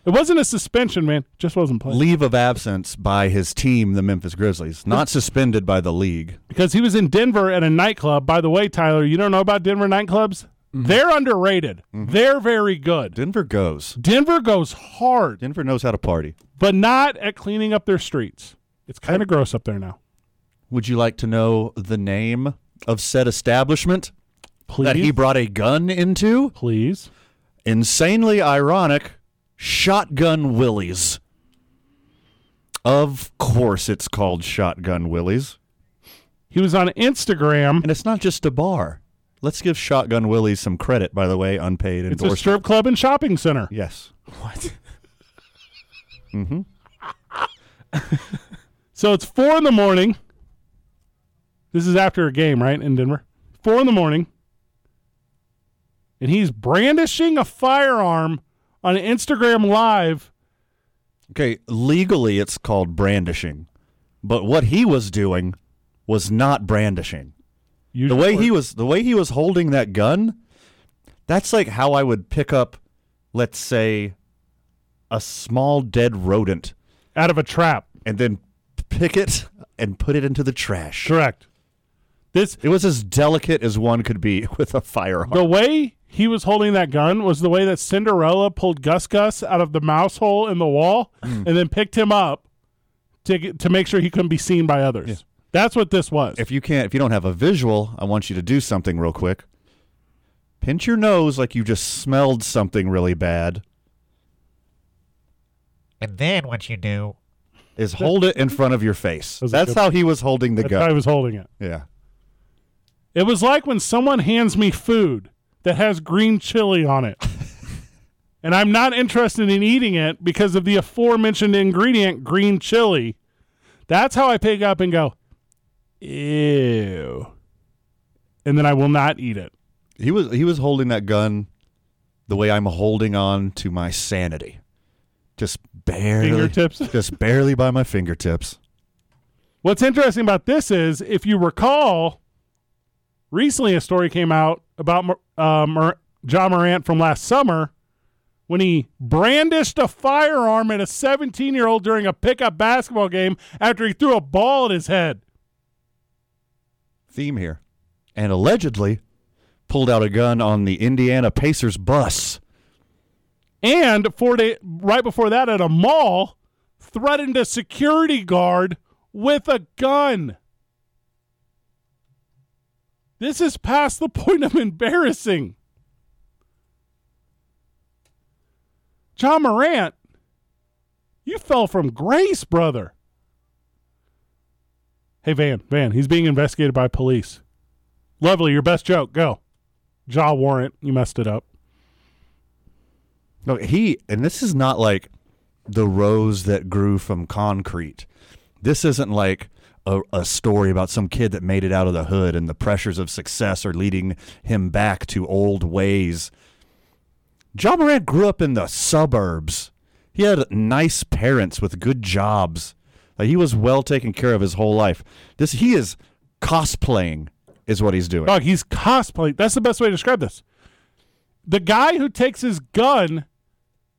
[SPEAKER 1] It wasn't a suspension, man. Just wasn't playing
[SPEAKER 2] Leave of absence by his team, the Memphis Grizzlies, not suspended by the league.
[SPEAKER 1] because he was in Denver at a nightclub. By the way, Tyler, you don't know about Denver nightclubs? They're underrated. They're very good.
[SPEAKER 2] Denver goes.
[SPEAKER 1] Denver goes hard,
[SPEAKER 2] Denver knows how to party.
[SPEAKER 1] but not at cleaning up their streets. It's kind of gross up there now.
[SPEAKER 2] Would you like to know the name of said establishment
[SPEAKER 1] Please,
[SPEAKER 2] that he brought a gun into?
[SPEAKER 1] please.
[SPEAKER 2] insanely ironic Shotgun Willies. Of course, it's called Shotgun Willies.
[SPEAKER 1] He was on Instagram.
[SPEAKER 2] And it's not just a bar. Let's give Shotgun Willies some credit, by the way, unpaid
[SPEAKER 1] It's a
[SPEAKER 2] endorsement.
[SPEAKER 1] strip club and shopping center.
[SPEAKER 2] yes.
[SPEAKER 3] What?
[SPEAKER 1] So it's four in the morning. This is after a game, right, in Denver? Four in the morning. and he's brandishing a firearm on Instagram Live.
[SPEAKER 2] Okay, legally it's called brandishing, but what he was doing was not brandishing.
[SPEAKER 1] You
[SPEAKER 2] The way he was, the way he was holding that gun, that's like how I would pick up, let's say, a small dead rodent
[SPEAKER 1] out of a trap.
[SPEAKER 2] and then pick it and put it into the trash.
[SPEAKER 1] Correct. This
[SPEAKER 2] It was as delicate as one could be with a firearm.
[SPEAKER 1] the way he was holding that gun was the way that Cinderella pulled Gus Gus out of the mouse hole in the wall
[SPEAKER 2] Hmm.
[SPEAKER 1] and then picked him up to get, to make sure he couldn't be seen by others. That's what this was.
[SPEAKER 2] if you can't if you don't have a visual i want you to do something real quick pinch your nose like you just smelled something really bad
[SPEAKER 11] And then what you do
[SPEAKER 2] is hold it in front of your face
[SPEAKER 1] was a
[SPEAKER 2] that's
[SPEAKER 1] good-
[SPEAKER 2] how he was holding the
[SPEAKER 1] That's how
[SPEAKER 2] gun
[SPEAKER 1] he was holding it.
[SPEAKER 2] yeah
[SPEAKER 1] It was like when someone hands me food that has green chili on it. and I'm not interested in eating it because of the aforementioned ingredient, green chili. That's how I pick up and go, ew. And then I will not eat it.
[SPEAKER 2] he was he was holding that gun the way i'm holding on to my sanity just barely
[SPEAKER 1] Fingertips.
[SPEAKER 2] just barely by my fingertips
[SPEAKER 1] What's interesting about this is, if you recall, recently a story came out about Mor- uh, Mor- John Morant from last summer when he brandished a firearm at a 17 year old during a pickup basketball game after he threw a ball at his head.
[SPEAKER 2] theme here and allegedly pulled out a gun on the indiana pacers bus
[SPEAKER 1] And four day, right before that, at a mall, threatened a security guard with a gun. This is past the point of embarrassing. John Morant, you fell from grace, brother. Hey, Van, Van, he's being investigated by police. Lovely, your best joke. Go. Jaw warrant. You messed it up.
[SPEAKER 2] No, he, and this is not like the rose that grew from concrete. This isn't like a, a story about some kid that made it out of the hood and the pressures of success are leading him back to old ways. John Morant grew up in the suburbs. He had nice parents with good jobs. Like he was well taken care of his whole life. This he is cosplaying is what he's doing.
[SPEAKER 1] Dog, he's cosplaying. That's the best way to describe this. The guy who takes his gun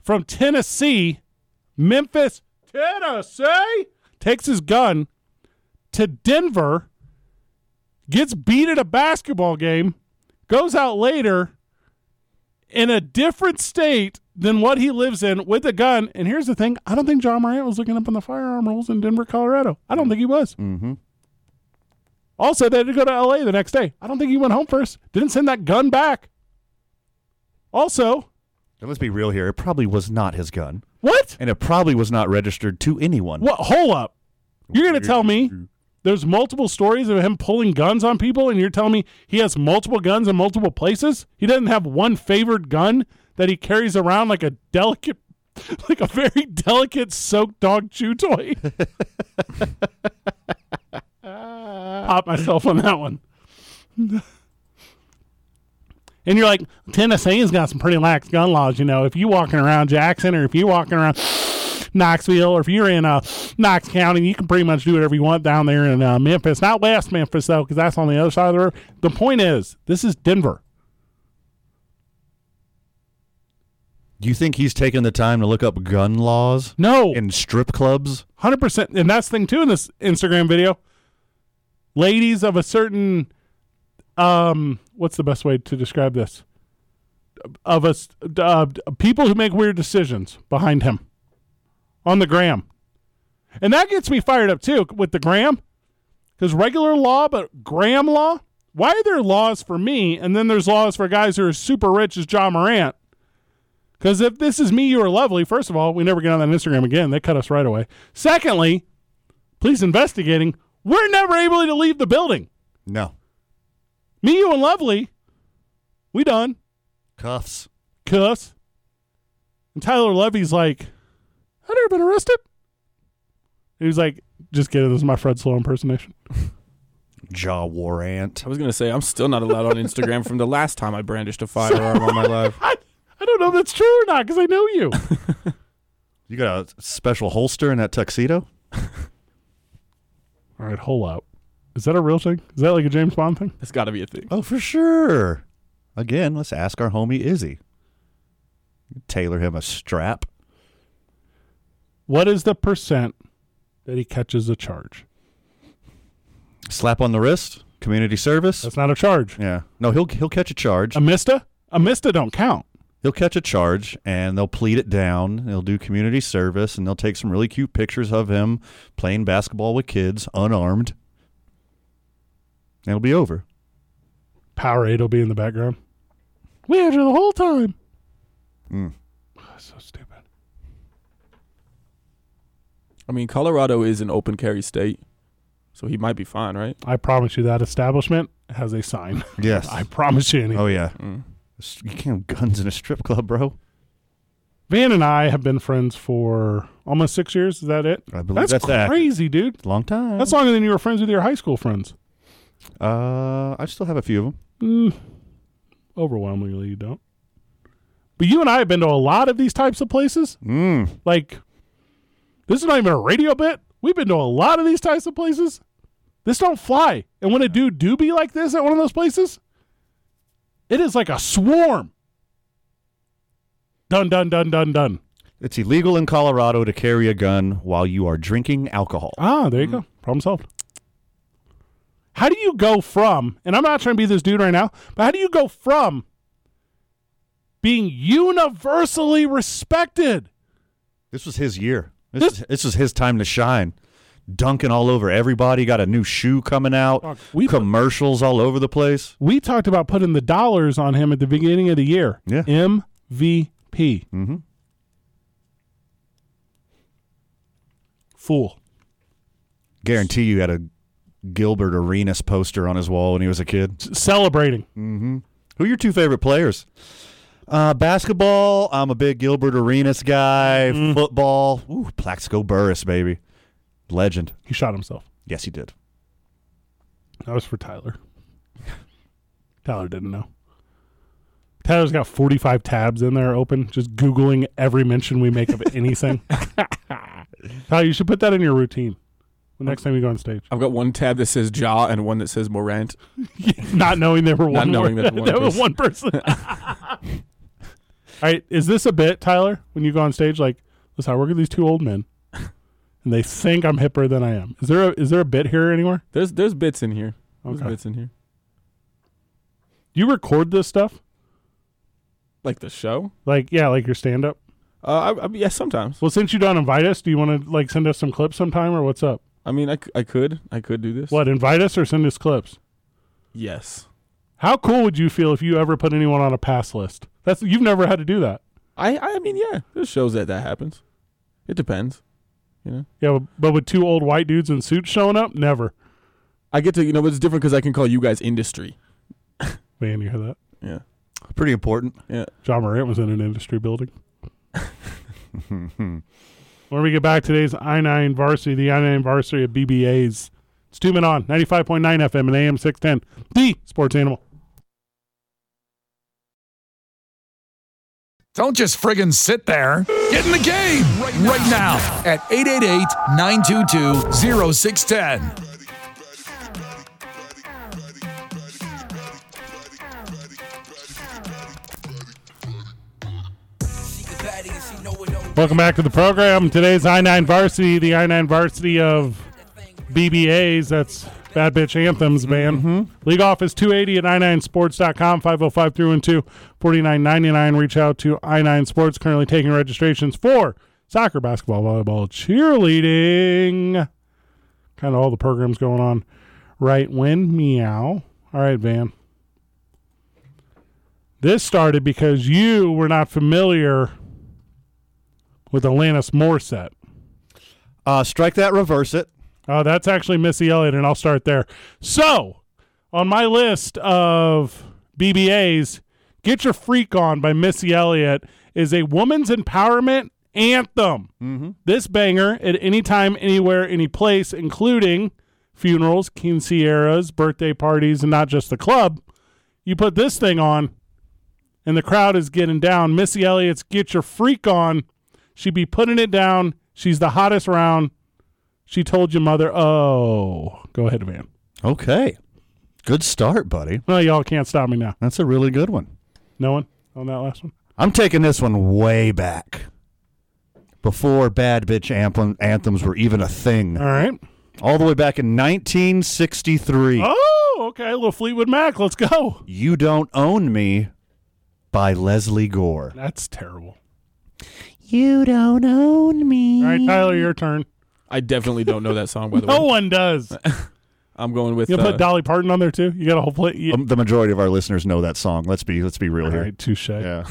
[SPEAKER 1] from Tennessee, Memphis, Tennessee, takes his gun to Denver, gets beat at a basketball game, goes out later in a different state than what he lives in with a gun. And here's the thing I don't think John Morant was looking up on the firearm rules in Denver, Colorado. I don't think he was. Also, they had to go to LA the next day. I don't think he went home first. Didn't send that gun back. Also,
[SPEAKER 2] And let's be real here. It probably was not his gun,
[SPEAKER 1] what?
[SPEAKER 2] and it probably was not registered to anyone.
[SPEAKER 1] What? Hold up. You're going to tell me there's multiple stories of him pulling guns on people, and you're telling me he has multiple guns in multiple places? He doesn't have one favored gun that he carries around like a delicate, like a very delicate soaked dog chew toy. Pop myself on that one. And you're like, Tennessee's got some pretty lax gun laws, you know. If you walking around Jackson or if you walking around Knoxville, or if you're in uh, Knox County, you can pretty much do whatever you want down there in uh, Memphis. Not West Memphis, though, because that's on the other side of the river. The point is, this is Denver.
[SPEAKER 2] Do you think he's taking the time to look up gun laws
[SPEAKER 1] No,
[SPEAKER 2] in strip clubs?
[SPEAKER 1] 100%. And that's the thing, too, in this Instagram video. Ladies of a certain, um, what's the best way to describe this? Of us, uh, people who make weird decisions behind him on the gram. And that gets me fired up, too, with the gram. Because regular law, but Graham law? Why are there laws for me and then there's laws for guys who are super rich as John Morant? Because if this is me, you are lovely, first of all, we never get on that Instagram again. They cut us right away. Secondly, police investigating, we're never able to leave the building.
[SPEAKER 2] No.
[SPEAKER 1] Me, you, and lovely, we done.
[SPEAKER 2] Cuffs.
[SPEAKER 1] Cuss. And Tyler Levy's like, I've never been arrested. He was like, just kidding. This is my Fred Slow impersonation.
[SPEAKER 2] Jaw Warant.
[SPEAKER 3] I was gonna say I'm still not allowed on Instagram from the last time I brandished a firearm on my life.
[SPEAKER 1] I don't know if that's true or not because I know you.
[SPEAKER 2] You got a special holster in that tuxedo?
[SPEAKER 1] All right, hole out. Is that a real thing? Is that like a James Bond thing?
[SPEAKER 3] That's got to be a thing.
[SPEAKER 2] Oh, for sure. Again, let's ask our homie Izzy. Tailor him a strap.
[SPEAKER 1] What is the percent that he catches a charge?
[SPEAKER 2] Slap on the wrist. Community service.
[SPEAKER 1] That's not a charge.
[SPEAKER 2] yeah. No, he'll he'll catch a charge.
[SPEAKER 1] A mista? A mista don't count.
[SPEAKER 2] He'll catch a charge and they'll plead it down. They'll do community service and they'll take some really cute pictures of him playing basketball with kids, unarmed. And it'll be over.
[SPEAKER 1] Powerade will be in the background. We had you the whole time.
[SPEAKER 2] Mm.
[SPEAKER 1] So stupid.
[SPEAKER 3] I mean, Colorado is an open carry state, so he might be fine, right?
[SPEAKER 1] I promise you that establishment has a sign.
[SPEAKER 2] Yes.
[SPEAKER 1] I promise you anything.
[SPEAKER 2] oh yeah.
[SPEAKER 3] Mm.
[SPEAKER 2] You can't have guns in a strip club, bro.
[SPEAKER 1] Van and I have been friends for almost six years. Is that it?
[SPEAKER 2] I believe that's accurate.
[SPEAKER 1] crazy, dude.
[SPEAKER 2] Long time.
[SPEAKER 1] That's longer than you were friends with your high school friends.
[SPEAKER 2] Uh, I still have a few of them.
[SPEAKER 1] Mm, overwhelmingly, you don't. But you and I have been to a lot of these types of places.
[SPEAKER 2] Mm.
[SPEAKER 1] Like, this is not even a radio bit. We've been to a lot of these types of places. This don't fly. And when a dude do be like this at one of those places, it is like a swarm. Dun dun dun dun dun.
[SPEAKER 2] It's illegal in Colorado to carry a gun while you are drinking alcohol.
[SPEAKER 1] Ah, there you go. Problem solved. How do you go from, and I'm not trying to be this dude right now, but how do you go from being universally respected?
[SPEAKER 2] This was his year. This
[SPEAKER 1] This-
[SPEAKER 2] is, this was his time to shine. Dunking all over everybody. Got a new shoe coming out.
[SPEAKER 1] Fuck, we-
[SPEAKER 2] commercials all over the place.
[SPEAKER 1] We talked about putting the dollars on him at the beginning of the year.
[SPEAKER 2] Yeah.
[SPEAKER 1] MVP.
[SPEAKER 2] Mm-hmm.
[SPEAKER 1] Fool.
[SPEAKER 2] Guarantee you had a Gilbert Arenas poster on his wall when he was a kid.
[SPEAKER 1] S- Celebrating.
[SPEAKER 2] Who are your two favorite players? Uh, basketball. I'm a big Gilbert Arenas guy. Football. Ooh, Plaxico Burris, baby. Legend.
[SPEAKER 1] He shot himself.
[SPEAKER 2] Yes, he did.
[SPEAKER 1] That was for Tyler. Tyler didn't know. Tyler's got 45 tabs in there open, just Googling every mention we make of anything. Tyler, you should put that in your routine the next time you go on stage.
[SPEAKER 3] I've got one tab that says Jaw and one that says Morant.
[SPEAKER 1] Not knowing there were
[SPEAKER 3] Not
[SPEAKER 1] one,
[SPEAKER 3] knowing
[SPEAKER 1] more-
[SPEAKER 3] there were
[SPEAKER 1] there was
[SPEAKER 3] one person.
[SPEAKER 1] one person. All right, is this a bit, Tyler, when you go on stage? Like, listen, I work with these two old men, and they think I'm hipper than I am. Is there a, is there a bit here anywhere?
[SPEAKER 3] There's there's bits in here. There's
[SPEAKER 1] Okay.
[SPEAKER 3] bits in here.
[SPEAKER 1] Do you record this stuff?
[SPEAKER 3] Like the show?
[SPEAKER 1] Like, yeah, like your stand up?
[SPEAKER 3] Uh, I, I, yeah, sometimes.
[SPEAKER 1] Well, since you don't invite us, do you want to like send us some clips sometime or what's up?
[SPEAKER 3] I mean, I, c- I could I could do this.
[SPEAKER 1] What, invite us or send us clips?
[SPEAKER 3] Yes.
[SPEAKER 1] How cool would you feel if you ever put anyone on a pass list? That's you've never had to do that.
[SPEAKER 3] I I mean, yeah. There's shows that that happens. It depends.
[SPEAKER 1] Yeah, but- but with two old white dudes in suits showing up, never.
[SPEAKER 3] I get to you know, but it's different because I can call you guys industry.
[SPEAKER 1] Man, you hear that?
[SPEAKER 3] Yeah.
[SPEAKER 2] Pretty important.
[SPEAKER 1] John Morant was in an industry building. when we get back today's I nine varsity, the I nine varsity of BBAs. It's two men on ninety five point nine FM and AM six ten. The sports animal.
[SPEAKER 9] Don't just friggin' sit there. Get in the game right now, at 888-922-0610.
[SPEAKER 1] Welcome back to the program. Today's I nine varsity, the I nine varsity of BBAs. That's Bad Bitch Anthems, man. League off is 280 at i9sports.com, 505 through and 2, 49.99. Reach out to i9 Sports, currently taking registrations for soccer, basketball, volleyball, cheerleading. Kind of all the programs going on right when. Meow. All right, Van. This started because you were not familiar with Alanis Morissette.
[SPEAKER 2] Uh, strike that, reverse it.
[SPEAKER 1] Oh, that's actually Missy Elliott, and I'll start there. So, on my list of BBAs, Get Your Freak On by Missy Elliott is a woman's empowerment anthem. This banger at any time, anywhere, any place, including funerals, quinceañeras, birthday parties, and not just the club. You put this thing on, and the crowd is getting down. Missy Elliott's "Get Your Freak On." She be putting it down. She's the hottest round. She told your mother. Oh, go ahead, Van.
[SPEAKER 2] Okay. Good start, buddy.
[SPEAKER 1] No, y'all can't stop me now.
[SPEAKER 2] That's a really good one.
[SPEAKER 1] No one on that last one.
[SPEAKER 2] I'm taking this one way back. Before bad bitch anthem- anthems were even a thing.
[SPEAKER 1] All right.
[SPEAKER 2] All the way back in 1963.
[SPEAKER 1] Oh, okay. A little Fleetwood Mac. Let's go.
[SPEAKER 2] You Don't Own Me by Leslie Gore.
[SPEAKER 1] That's terrible.
[SPEAKER 2] You don't own me.
[SPEAKER 1] All right, Tyler, your turn.
[SPEAKER 3] I definitely don't know that song. By the
[SPEAKER 1] No
[SPEAKER 3] way,
[SPEAKER 1] one does.
[SPEAKER 3] I'm going with.
[SPEAKER 1] You'll
[SPEAKER 3] uh,
[SPEAKER 1] put Dolly Parton on there too. You got a whole plate. Yeah.
[SPEAKER 2] Um, the majority of our listeners know that song. Let's be let's be real
[SPEAKER 1] All
[SPEAKER 2] here.
[SPEAKER 1] right, touche.
[SPEAKER 2] Yeah.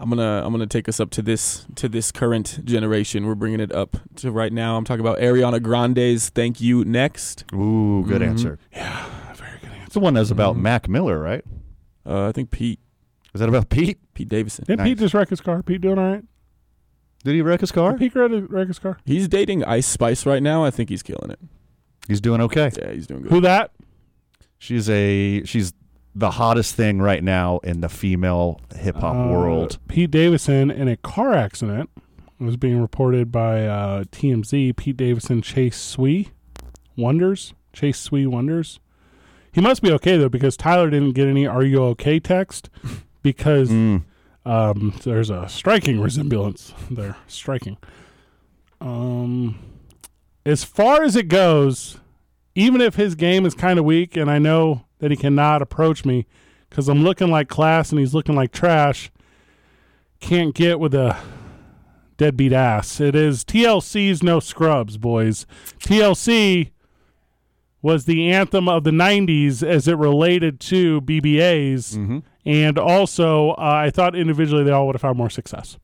[SPEAKER 3] I'm gonna I'm gonna take us up to this to this current generation. We're bringing it up to right now. I'm talking about Ariana Grande's "Thank You" next.
[SPEAKER 2] Ooh, good answer.
[SPEAKER 1] Mm-hmm. Very good answer. Mm-hmm.
[SPEAKER 2] It's the one that's about Mac Miller, right?
[SPEAKER 3] Uh, I think Pete
[SPEAKER 2] Is that about Pete?
[SPEAKER 3] Pete Davidson.
[SPEAKER 1] Did Pete
[SPEAKER 2] Nice.
[SPEAKER 1] just wreck his car? Pete doing all right?
[SPEAKER 2] Did he wreck his car?
[SPEAKER 1] Did Pete wreck his- wreck his car?
[SPEAKER 3] He's dating Ice Spice right now. I think he's killing it.
[SPEAKER 2] He's doing okay.
[SPEAKER 3] Yeah, he's doing good.
[SPEAKER 1] Who that?
[SPEAKER 2] She's a she's the hottest thing right now in the female hip hop
[SPEAKER 1] Uh,
[SPEAKER 2] world.
[SPEAKER 1] Pete Davidson in a car accident It was being reported by uh, TMZ. Pete Davidson chased Swee Wonders. Chase Swee Wonders. He must be okay though because Tyler didn't get any "Are you okay?" text because um, there's a striking resemblance there. Striking. Um, as far as it goes, even if his game is kind of weak, and I know that he cannot approach me because I'm looking like class and he's looking like trash can't get with a deadbeat ass. It is TLC's No Scrubs, boys. TLC was the anthem of the 90s as it related to BBAs. And also, uh, I thought individually they all would have had more success.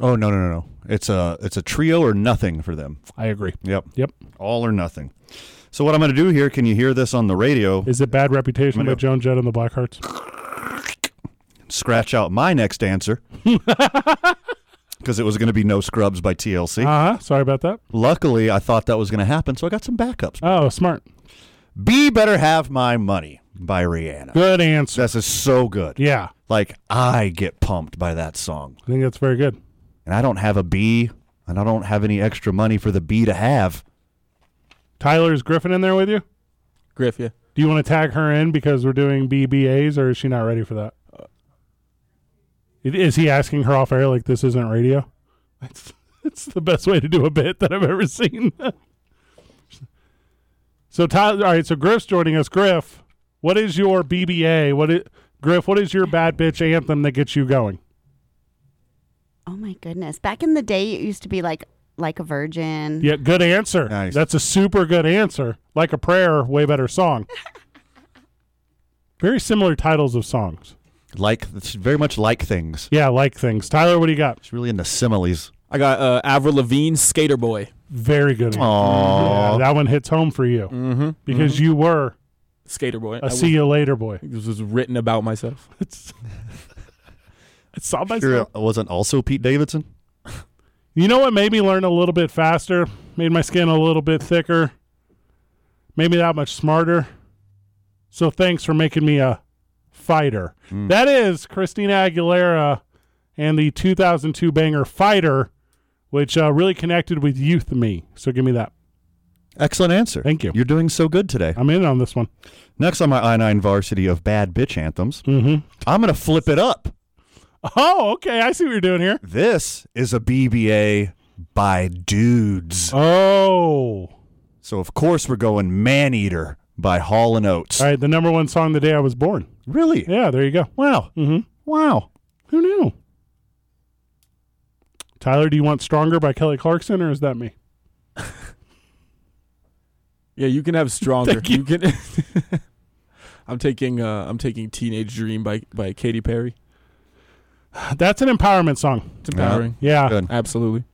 [SPEAKER 2] Oh no no no no! It's a it's a trio or nothing for them.
[SPEAKER 1] I agree.
[SPEAKER 2] Yep,
[SPEAKER 1] Yep.
[SPEAKER 2] all or nothing. So what I'm going to do here? Can you hear this on the radio?
[SPEAKER 1] Is it Bad Reputation by
[SPEAKER 2] Middle.
[SPEAKER 1] Joan Jett and the Blackhearts?
[SPEAKER 2] Scratch out my next answer because it was going to be No Scrubs by TLC.
[SPEAKER 1] Uh huh. Sorry about that.
[SPEAKER 2] Luckily, I thought that was going to happen, so I got some backups.
[SPEAKER 1] Oh, smart.
[SPEAKER 2] Be better have my money by Rihanna.
[SPEAKER 1] Good answer.
[SPEAKER 2] This is so good.
[SPEAKER 1] Yeah.
[SPEAKER 2] Like I get pumped by that song.
[SPEAKER 1] I think that's very good.
[SPEAKER 2] and I don't have a B, and I don't have any extra money for the B to have.
[SPEAKER 1] Tyler, is Griffin in there with you?
[SPEAKER 3] Griff, yeah.
[SPEAKER 1] Do you want to tag her in because we're doing BBAs, or is she not ready for that? It- Is he asking her off air like this isn't radio? It's, it's the best way to do a bit that I've ever seen. so Tyler, all right. So Griff's joining us. Griff, what is your BBA? What is Griff? What is your bad bitch anthem that gets you going?
[SPEAKER 12] Oh my goodness. Back in the day, it used to be like like a virgin.
[SPEAKER 1] Yeah, good answer.
[SPEAKER 2] Nice.
[SPEAKER 1] That's a super good answer. Like a prayer, way better song. Very similar titles of songs.
[SPEAKER 2] Like, it's very much like things.
[SPEAKER 1] Yeah, I like things. Tyler, what do you got?
[SPEAKER 2] She's really into similes.
[SPEAKER 3] I got uh, Avril Lavigne, Skater Boy,
[SPEAKER 1] Very good. answer.
[SPEAKER 2] Aww.
[SPEAKER 1] Yeah, that one hits home for you because you were
[SPEAKER 3] Skater Boy.
[SPEAKER 1] a
[SPEAKER 3] I
[SPEAKER 1] see you later boy.
[SPEAKER 3] w- This was written about myself.
[SPEAKER 1] It's, I saw myself.
[SPEAKER 2] Sure, it wasn't also Pete Davidson.
[SPEAKER 1] You know what made me learn a little bit faster? Made my skin a little bit thicker. Made me that much smarter. So thanks for making me a fighter. That is Christina Aguilera and the 2002 banger Fighter, which uh, really connected with youth me. So give me that.
[SPEAKER 2] Excellent answer.
[SPEAKER 1] Thank you.
[SPEAKER 2] You're doing so good today.
[SPEAKER 1] I'm in on this one.
[SPEAKER 2] Next on my I9 varsity of bad bitch anthems,
[SPEAKER 1] Mhm.
[SPEAKER 2] I'm going to flip it up.
[SPEAKER 1] Oh, okay. I see what you're doing here.
[SPEAKER 2] This is a BBA by dudes.
[SPEAKER 1] Oh.
[SPEAKER 2] So, of course, we're going Man Eater by Hall and Oates.
[SPEAKER 1] All right, the number one song the day I was born.
[SPEAKER 2] Really?
[SPEAKER 1] Yeah, there you go.
[SPEAKER 2] Wow.
[SPEAKER 1] Mm-hmm.
[SPEAKER 2] Wow.
[SPEAKER 1] Who knew? Tyler, do you want "Stronger" by Kelly Clarkson, or is that me?
[SPEAKER 3] Yeah, you can have stronger.
[SPEAKER 1] Thank you.
[SPEAKER 3] can. I'm taking uh, I'm taking Teenage Dream by by Katy Perry.
[SPEAKER 1] That's an empowerment song.
[SPEAKER 3] It's empowering.
[SPEAKER 1] Yeah.
[SPEAKER 2] Good.
[SPEAKER 3] Absolutely.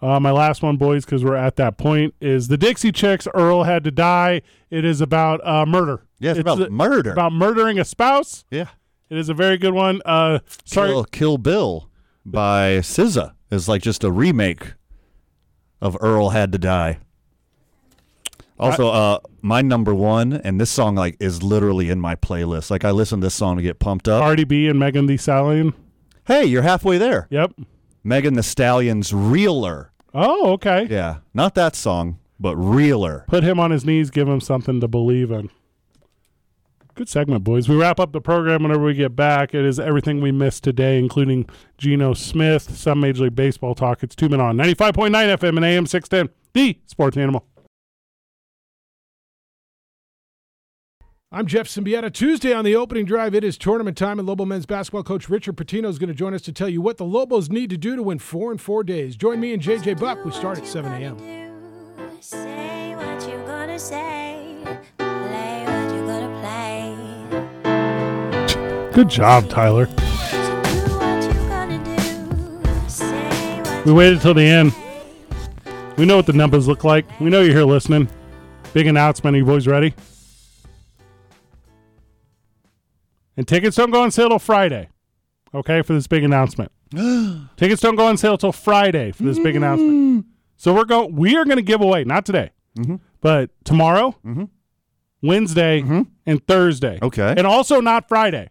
[SPEAKER 1] Uh, my last one, boys, because we're at that point, is the Dixie Chicks. Earl had to die. It is about uh, murder.
[SPEAKER 2] Yeah, it's, about
[SPEAKER 1] a-
[SPEAKER 2] murder.
[SPEAKER 1] About murdering a spouse.
[SPEAKER 2] yeah.
[SPEAKER 1] It is a very good one. Uh, sorry.
[SPEAKER 2] Kill, Kill Bill by SZA is like just a remake of Earl Had to Die. Also, uh, my number one, and this song like is literally in my playlist. Like I listen to this song to get pumped up.
[SPEAKER 1] Cardi B and Megan Thee Stallion.
[SPEAKER 2] Hey, you're halfway there.
[SPEAKER 1] Yep.
[SPEAKER 2] Megan the Stallion's "Reeler."
[SPEAKER 1] Oh, okay.
[SPEAKER 2] Yeah, not that song, but "Reeler."
[SPEAKER 1] Put him on his knees. Give him something to believe in. Good segment, boys. We wrap up the program whenever we get back. It is everything we missed today, including Geno Smith, some Major League Baseball talk. It's two men on 95.9 FM and AM 610, the sports animal.
[SPEAKER 4] I'm Jeff Symbieta. Tuesday on the opening drive, it is tournament time, and Lobo men's basketball coach Richard Patino is going to join us to tell you what the Lobos need to do to win four in four days. Join me and JJ Buck. We start at 7 a.m.
[SPEAKER 8] Say what you gonna say. Play what you gonna play.
[SPEAKER 1] Good job, Tyler.
[SPEAKER 8] Say what
[SPEAKER 1] We waited till the end. We know what the numbers look like. We know you're here listening. Big announcement. Are you boys ready? And tickets don't go on sale till Friday. Okay, for this big announcement. tickets don't go on sale till Friday for this big announcement. So we're going. We are going to give away not today, but tomorrow, Wednesday, and Thursday.
[SPEAKER 2] Okay.
[SPEAKER 1] and also not Friday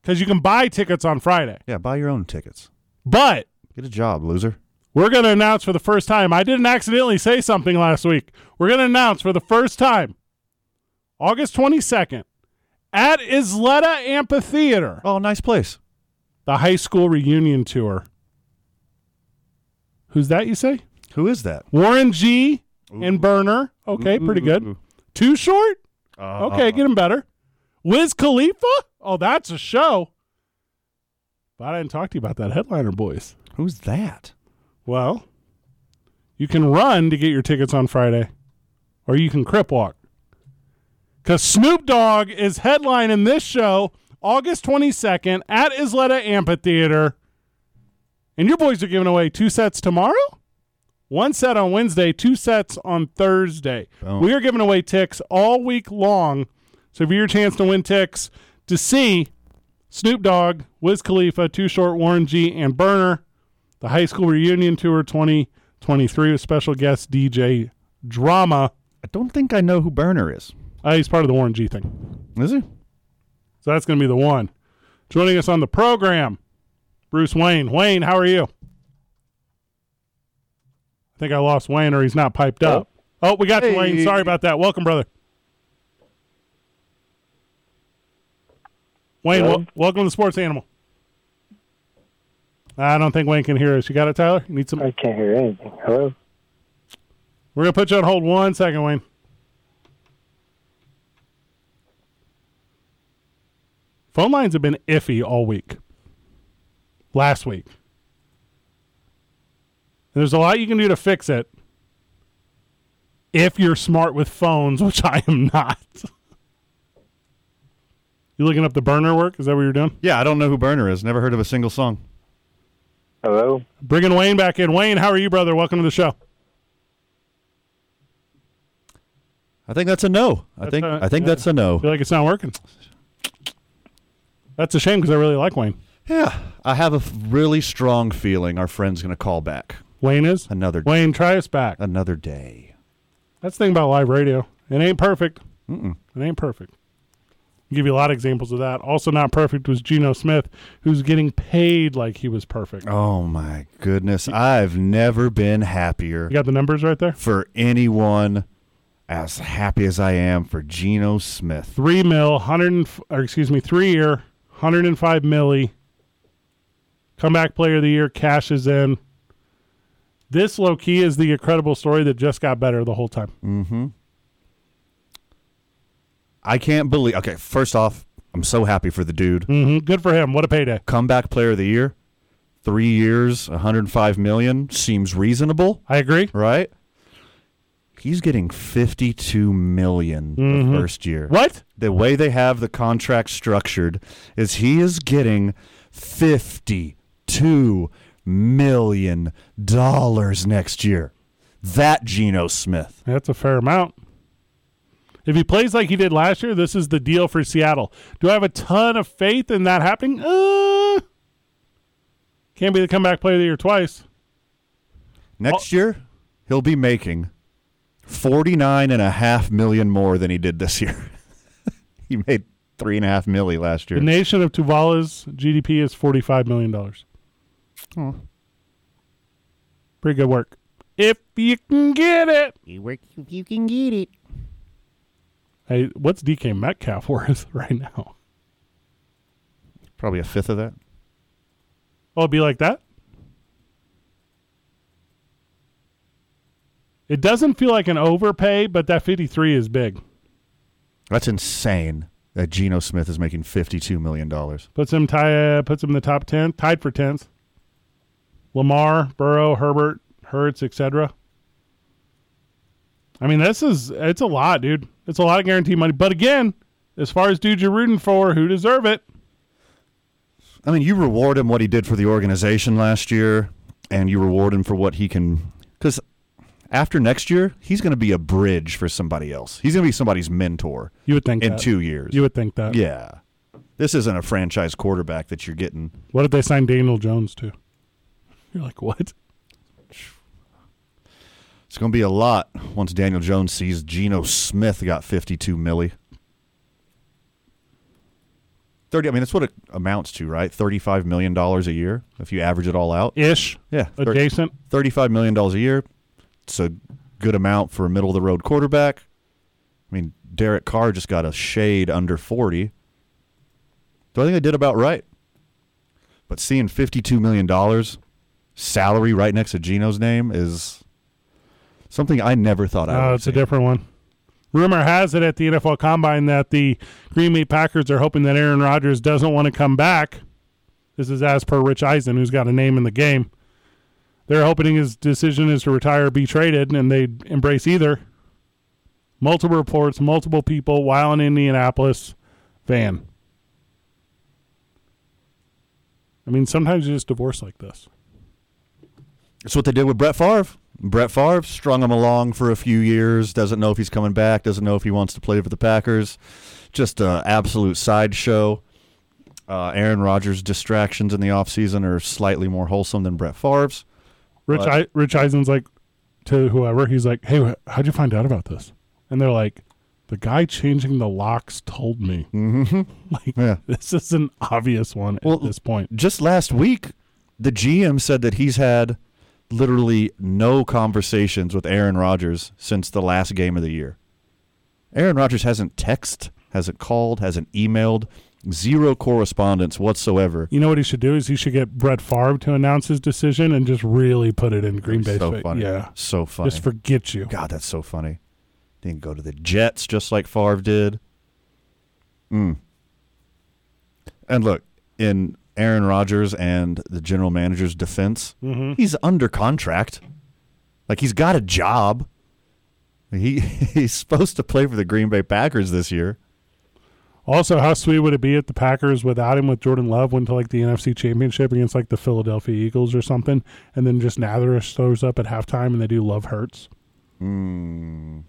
[SPEAKER 1] because you can buy tickets on Friday.
[SPEAKER 2] Yeah, buy your own tickets.
[SPEAKER 1] But
[SPEAKER 2] Get a job, loser.
[SPEAKER 1] we're going to announce for the first time. I didn't accidentally say something last week. We're going to announce for the first time August 22nd at Isleta Amphitheater,
[SPEAKER 2] Oh, nice place.
[SPEAKER 1] the high school reunion tour. Who's that you say?
[SPEAKER 2] Who is that?
[SPEAKER 1] Warren G and Burner. Okay, pretty good. Too short? Okay, get him better. Wiz Khalifa? Oh, that's a show. But I didn't talk to you about that headliner, boys.
[SPEAKER 2] Who's that?
[SPEAKER 1] Well, you can run to get your tickets on Friday, or you can crip walk. Because Snoop Dogg is headlining this show August 22nd at Isleta Amphitheater. And your boys are giving away two sets tomorrow? One set on Wednesday, two sets on Thursday.
[SPEAKER 2] Boom.
[SPEAKER 1] We are giving away ticks all week long. So if you're your chance to win ticks to see Snoop Dogg, Wiz Khalifa, Too Short, Warren G, and Burner, the high school reunion tour 2023 with special guest DJ Drama.
[SPEAKER 2] I don't think I know who Burner is.
[SPEAKER 1] Uh, he's part of the Warren G thing.
[SPEAKER 2] Is he?
[SPEAKER 1] So that's going to be the one. Joining us on the program, Bruce Wayne. Wayne, how are you? I think I lost Wayne or he's not piped up. Oh, we got you, Wayne. Sorry about that. Welcome, brother. Wayne, wel- welcome to the Sports Animal. I don't think Wayne can hear us. You got it, Tyler? You need some.
[SPEAKER 13] I can't hear anything. Hello?
[SPEAKER 1] We're gonna put you on hold one second, Wayne. Phone lines have been iffy all week. Last week. And there's a lot you can do to fix it. If you're smart with phones, which I am not. you looking up the burner work? Is that what you're doing?
[SPEAKER 2] Yeah, I don't know who Burner is. Never heard of a single song.
[SPEAKER 13] Hello?
[SPEAKER 1] Bringing Wayne back in. Wayne, how are you, brother? Welcome to the show.
[SPEAKER 2] I think that's a no. I
[SPEAKER 1] That's
[SPEAKER 2] think
[SPEAKER 1] a-
[SPEAKER 2] I think
[SPEAKER 1] yeah.
[SPEAKER 2] that's a no.
[SPEAKER 1] feel like it's not working. That's a shame because I really like Wayne.
[SPEAKER 2] Yeah, I have a f- really strong feeling our friend's gonna call back
[SPEAKER 1] Wayne is?
[SPEAKER 2] another
[SPEAKER 1] Wayne, try us back.
[SPEAKER 2] another day.
[SPEAKER 1] That's the thing about live radio. It ain't perfect. It ain't perfect. I'll give you a lot of examples of that. Also, not perfect was Geno Smith, who's getting paid like he was perfect.
[SPEAKER 2] Oh my goodness, I've never been happier
[SPEAKER 1] You got the numbers right there?
[SPEAKER 2] for anyone. As happy as I am for Geno Smith,
[SPEAKER 1] Three mil, hundred and, f- or excuse me, three year, hundred and five milli. Comeback player of the year cashes in. This low key is the incredible story that just got better the whole time.
[SPEAKER 2] I can't believe. Okay, first off, I'm so happy for the dude.
[SPEAKER 1] hmm Good for him. What a payday.
[SPEAKER 2] Comeback Player of the Year, three years, 105 million seems reasonable.
[SPEAKER 1] I agree.
[SPEAKER 2] right? He's getting 52 million the first year.
[SPEAKER 1] What?
[SPEAKER 2] The way they have the contract structured is he is getting 52 million dollars next year. That Geno Smith.
[SPEAKER 1] That's a fair amount. If he plays like he did last year, this is the deal for Seattle. Do I have a ton of faith in that happening? Uh, can't be the comeback player of the year twice.
[SPEAKER 2] Next year, he'll be making 49 and a half million more than he did this year. he made three and a half milli last year.
[SPEAKER 1] The nation of Tuvala's GDP is $45 million.
[SPEAKER 2] Oh.
[SPEAKER 1] Pretty good work. If you can get it.
[SPEAKER 11] You work if you can get it.
[SPEAKER 1] Hey, what's DK Metcalf worth right now?
[SPEAKER 2] Probably a fifth of that.
[SPEAKER 1] Oh, it'd be like that? It doesn't feel like an overpay, but that 53 is big.
[SPEAKER 2] That's insane that Geno Smith is making $52 million.
[SPEAKER 1] Puts him tie, uh, puts him in the top 10, tied for 10th. Lamar, Burrow, Herbert, Hurts, etc. I mean, this is it's a lot, dude. It's a lot of guaranteed money. But again, as far as dudes you're rooting for who deserve it,
[SPEAKER 2] I mean, you reward him what he did for the organization last year, and you reward him for what he can. Because after next year, he's going to be a bridge for somebody else. He's going to be somebody's mentor.
[SPEAKER 1] You would think
[SPEAKER 2] in
[SPEAKER 1] that.
[SPEAKER 2] two years.
[SPEAKER 1] You would think that.
[SPEAKER 2] yeah, this isn't a franchise quarterback that you're getting.
[SPEAKER 1] What if they sign Daniel Jones too? You're like, what?
[SPEAKER 2] It's going to be a lot once Daniel Jones sees Geno Smith got 52 milli. 30 I mean that's what it amounts to, right? 35 million dollars a year if you average it all out.
[SPEAKER 1] Ish.
[SPEAKER 2] Yeah. thir-
[SPEAKER 1] Adjacent.
[SPEAKER 2] 35 million dollars a year. It's a good amount for a middle of the road quarterback. I mean, Derek Carr just got a shade under 40. So I think I did about right. But seeing 52 million dollars salary right next to Geno's name is something I never thought I
[SPEAKER 1] Oh,
[SPEAKER 2] would
[SPEAKER 1] it's a different one. Rumor has it at the NFL Combine that the Green Bay Packers are hoping that Aaron Rodgers doesn't want to come back. This is as per Rich Eisen, who's got a name in the game. They're hoping his decision is to retire or be traded, and they embrace either. Multiple reports, multiple people while in Indianapolis. Van. I mean, sometimes you just divorce like this.
[SPEAKER 2] It's what they did with Brett Favre. Brett Favre strung him along for a few years. Doesn't know if he's coming back. Doesn't know if he wants to play for the Packers. Just an absolute sideshow. Uh, Aaron Rodgers' distractions in the offseason are slightly more wholesome than Brett Favre's.
[SPEAKER 1] Rich
[SPEAKER 2] But-
[SPEAKER 1] I, Rich Eisen's like to whoever he's like, "Hey, wh- how'd you find out about this?" And they're like, "The guy changing the locks told me."
[SPEAKER 2] Mm-hmm.
[SPEAKER 1] Like
[SPEAKER 2] Yeah.
[SPEAKER 1] this is an obvious one at this point.
[SPEAKER 2] Just last week, the GM said that he's had literally no conversations with Aaron Rodgers since the last game of the year. Aaron Rodgers hasn't texted, hasn't called, hasn't emailed, zero correspondence whatsoever.
[SPEAKER 1] You know what he should do is he should get Brett Favre to announce his decision and just really put it in Green Bay's
[SPEAKER 2] so
[SPEAKER 1] face.
[SPEAKER 2] funny.
[SPEAKER 1] Yeah,
[SPEAKER 2] So funny.
[SPEAKER 1] just forget you.
[SPEAKER 2] God, that's so funny. Didn't go to the Jets just like Favre did. Mm. And look, in Aaron Rodgers and the general manager's defense,
[SPEAKER 3] Mm-hmm.
[SPEAKER 1] Mhm.
[SPEAKER 2] he's under contract. Like he's got a job. He he's supposed to play for the Green Bay Packers this year.
[SPEAKER 1] Also, how sweet would it be if the Packers without him with Jordan Love went to like the NFC Championship against like the Philadelphia Eagles or something, and then just Nather shows up at halftime and they do Love Hurts.
[SPEAKER 2] Mm.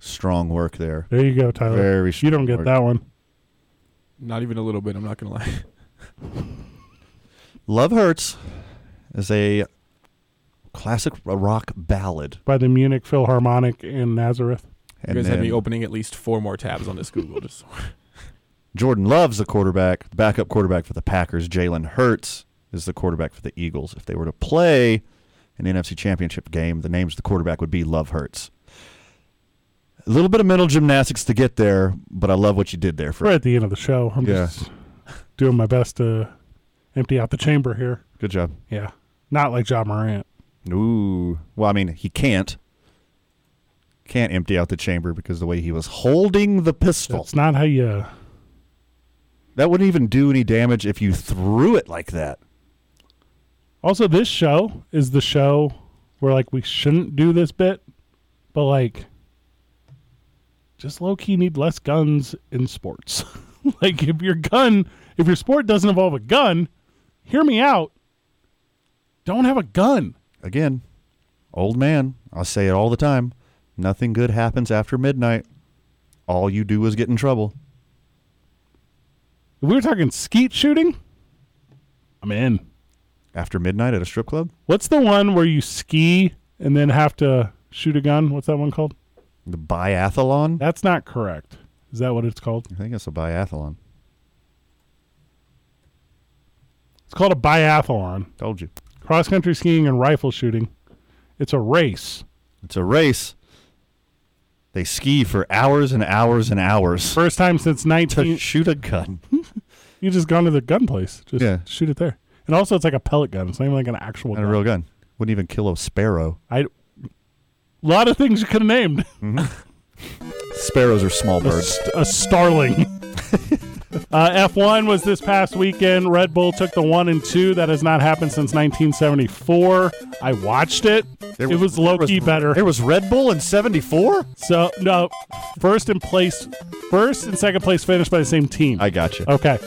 [SPEAKER 2] Strong work there.
[SPEAKER 1] There you go, Tyler.
[SPEAKER 2] Very
[SPEAKER 1] you
[SPEAKER 2] strong
[SPEAKER 1] don't get
[SPEAKER 2] work.
[SPEAKER 1] that one.
[SPEAKER 3] Not even a little bit. I'm not gonna lie.
[SPEAKER 2] Love Hurts is a classic rock ballad.
[SPEAKER 1] by the Munich Philharmonic in Nazareth.
[SPEAKER 3] You
[SPEAKER 2] And
[SPEAKER 3] guys had me
[SPEAKER 2] then-
[SPEAKER 3] opening at least four more tabs on this Google. Just
[SPEAKER 2] Jordan Love's the quarterback, the backup quarterback for the Packers. Jalen Hurts is the quarterback for the Eagles. If they were to play an NFC championship game, the names of the quarterback would be Love Hurts. A little bit of mental gymnastics to get there, but I love what you did there for
[SPEAKER 1] We're at the end of the show. I'm
[SPEAKER 2] Yeah.
[SPEAKER 1] just doing my best to empty out the chamber here.
[SPEAKER 2] good job.
[SPEAKER 1] Yeah. Not like John Morant.
[SPEAKER 2] Ooh. Well, I mean, he can't. Can't empty out the chamber because the way he was holding the pistol.
[SPEAKER 1] That's not how you
[SPEAKER 2] That wouldn't even do any damage if you threw it like that.
[SPEAKER 1] Also this show is the show where like we shouldn't do this bit, but like just low key need less guns in sports. like if your gun if your sport doesn't involve a gun, hear me out. Don't have a gun.
[SPEAKER 2] again, old man, I say it all the time. Nothing good happens after midnight. All you do is get in trouble.
[SPEAKER 1] If we were talking skeet shooting, I'm in.
[SPEAKER 2] After midnight at a strip club?
[SPEAKER 1] What's the one where you ski and then have to shoot a gun. What's that one called?
[SPEAKER 2] The biathlon.
[SPEAKER 1] That's not correct. Is that what it's called?
[SPEAKER 2] I think it's a biathlon.
[SPEAKER 1] It's called a biathlon.
[SPEAKER 2] Told you.
[SPEAKER 1] Cross country skiing and rifle shooting. It's a race.
[SPEAKER 2] It's a race. They ski for hours and hours and hours
[SPEAKER 1] First time since
[SPEAKER 2] to
[SPEAKER 1] 19.
[SPEAKER 2] shoot a gun.
[SPEAKER 1] you just gone to the gun place. Just
[SPEAKER 2] Yeah.
[SPEAKER 1] shoot it there. And also, it's like a pellet gun. It's not even like an actual
[SPEAKER 2] Not
[SPEAKER 1] gun.
[SPEAKER 2] a real gun. Wouldn't even kill a sparrow.
[SPEAKER 1] I. lot of things you could have named.
[SPEAKER 2] Sparrows are small
[SPEAKER 1] A,
[SPEAKER 2] birds.
[SPEAKER 1] st- a starling. uh, F1 was this past weekend. Red Bull took the one and two. That has not happened since 1974. I watched it.
[SPEAKER 2] There
[SPEAKER 1] it was
[SPEAKER 2] there
[SPEAKER 1] low key better.
[SPEAKER 2] There was Red Bull in '74.
[SPEAKER 1] So no, first in place, first and second place finished by the same team.
[SPEAKER 2] I got you.
[SPEAKER 1] Okay.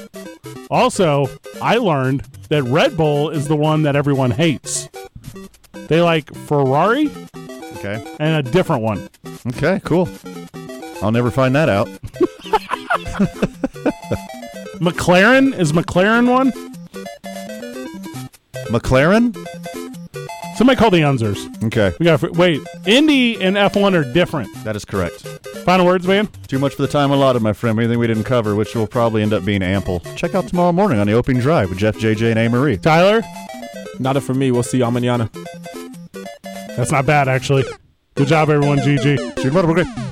[SPEAKER 1] Also, I learned that Red Bull is the one that everyone hates. They like Ferrari
[SPEAKER 2] Okay.
[SPEAKER 1] and a different one.
[SPEAKER 2] Okay. Cool. I'll never find that out.
[SPEAKER 1] McLaren is McLaren one.
[SPEAKER 2] McLaren.
[SPEAKER 1] Somebody call the Unzers.
[SPEAKER 2] Okay.
[SPEAKER 1] We got wait. Indy and F1 are different.
[SPEAKER 2] That is correct.
[SPEAKER 1] Final words, man.
[SPEAKER 2] Too much for the time allotted, my friend. Anything we didn't cover, which will probably end up being ample. Check out tomorrow morning on the opening drive with Jeff, JJ, and A. Marie.
[SPEAKER 1] Tyler,
[SPEAKER 3] Not it for me. We'll see y'all manana.
[SPEAKER 1] that's not bad actually. Good job, everyone. GG.
[SPEAKER 2] Shoot 'em up, we're great.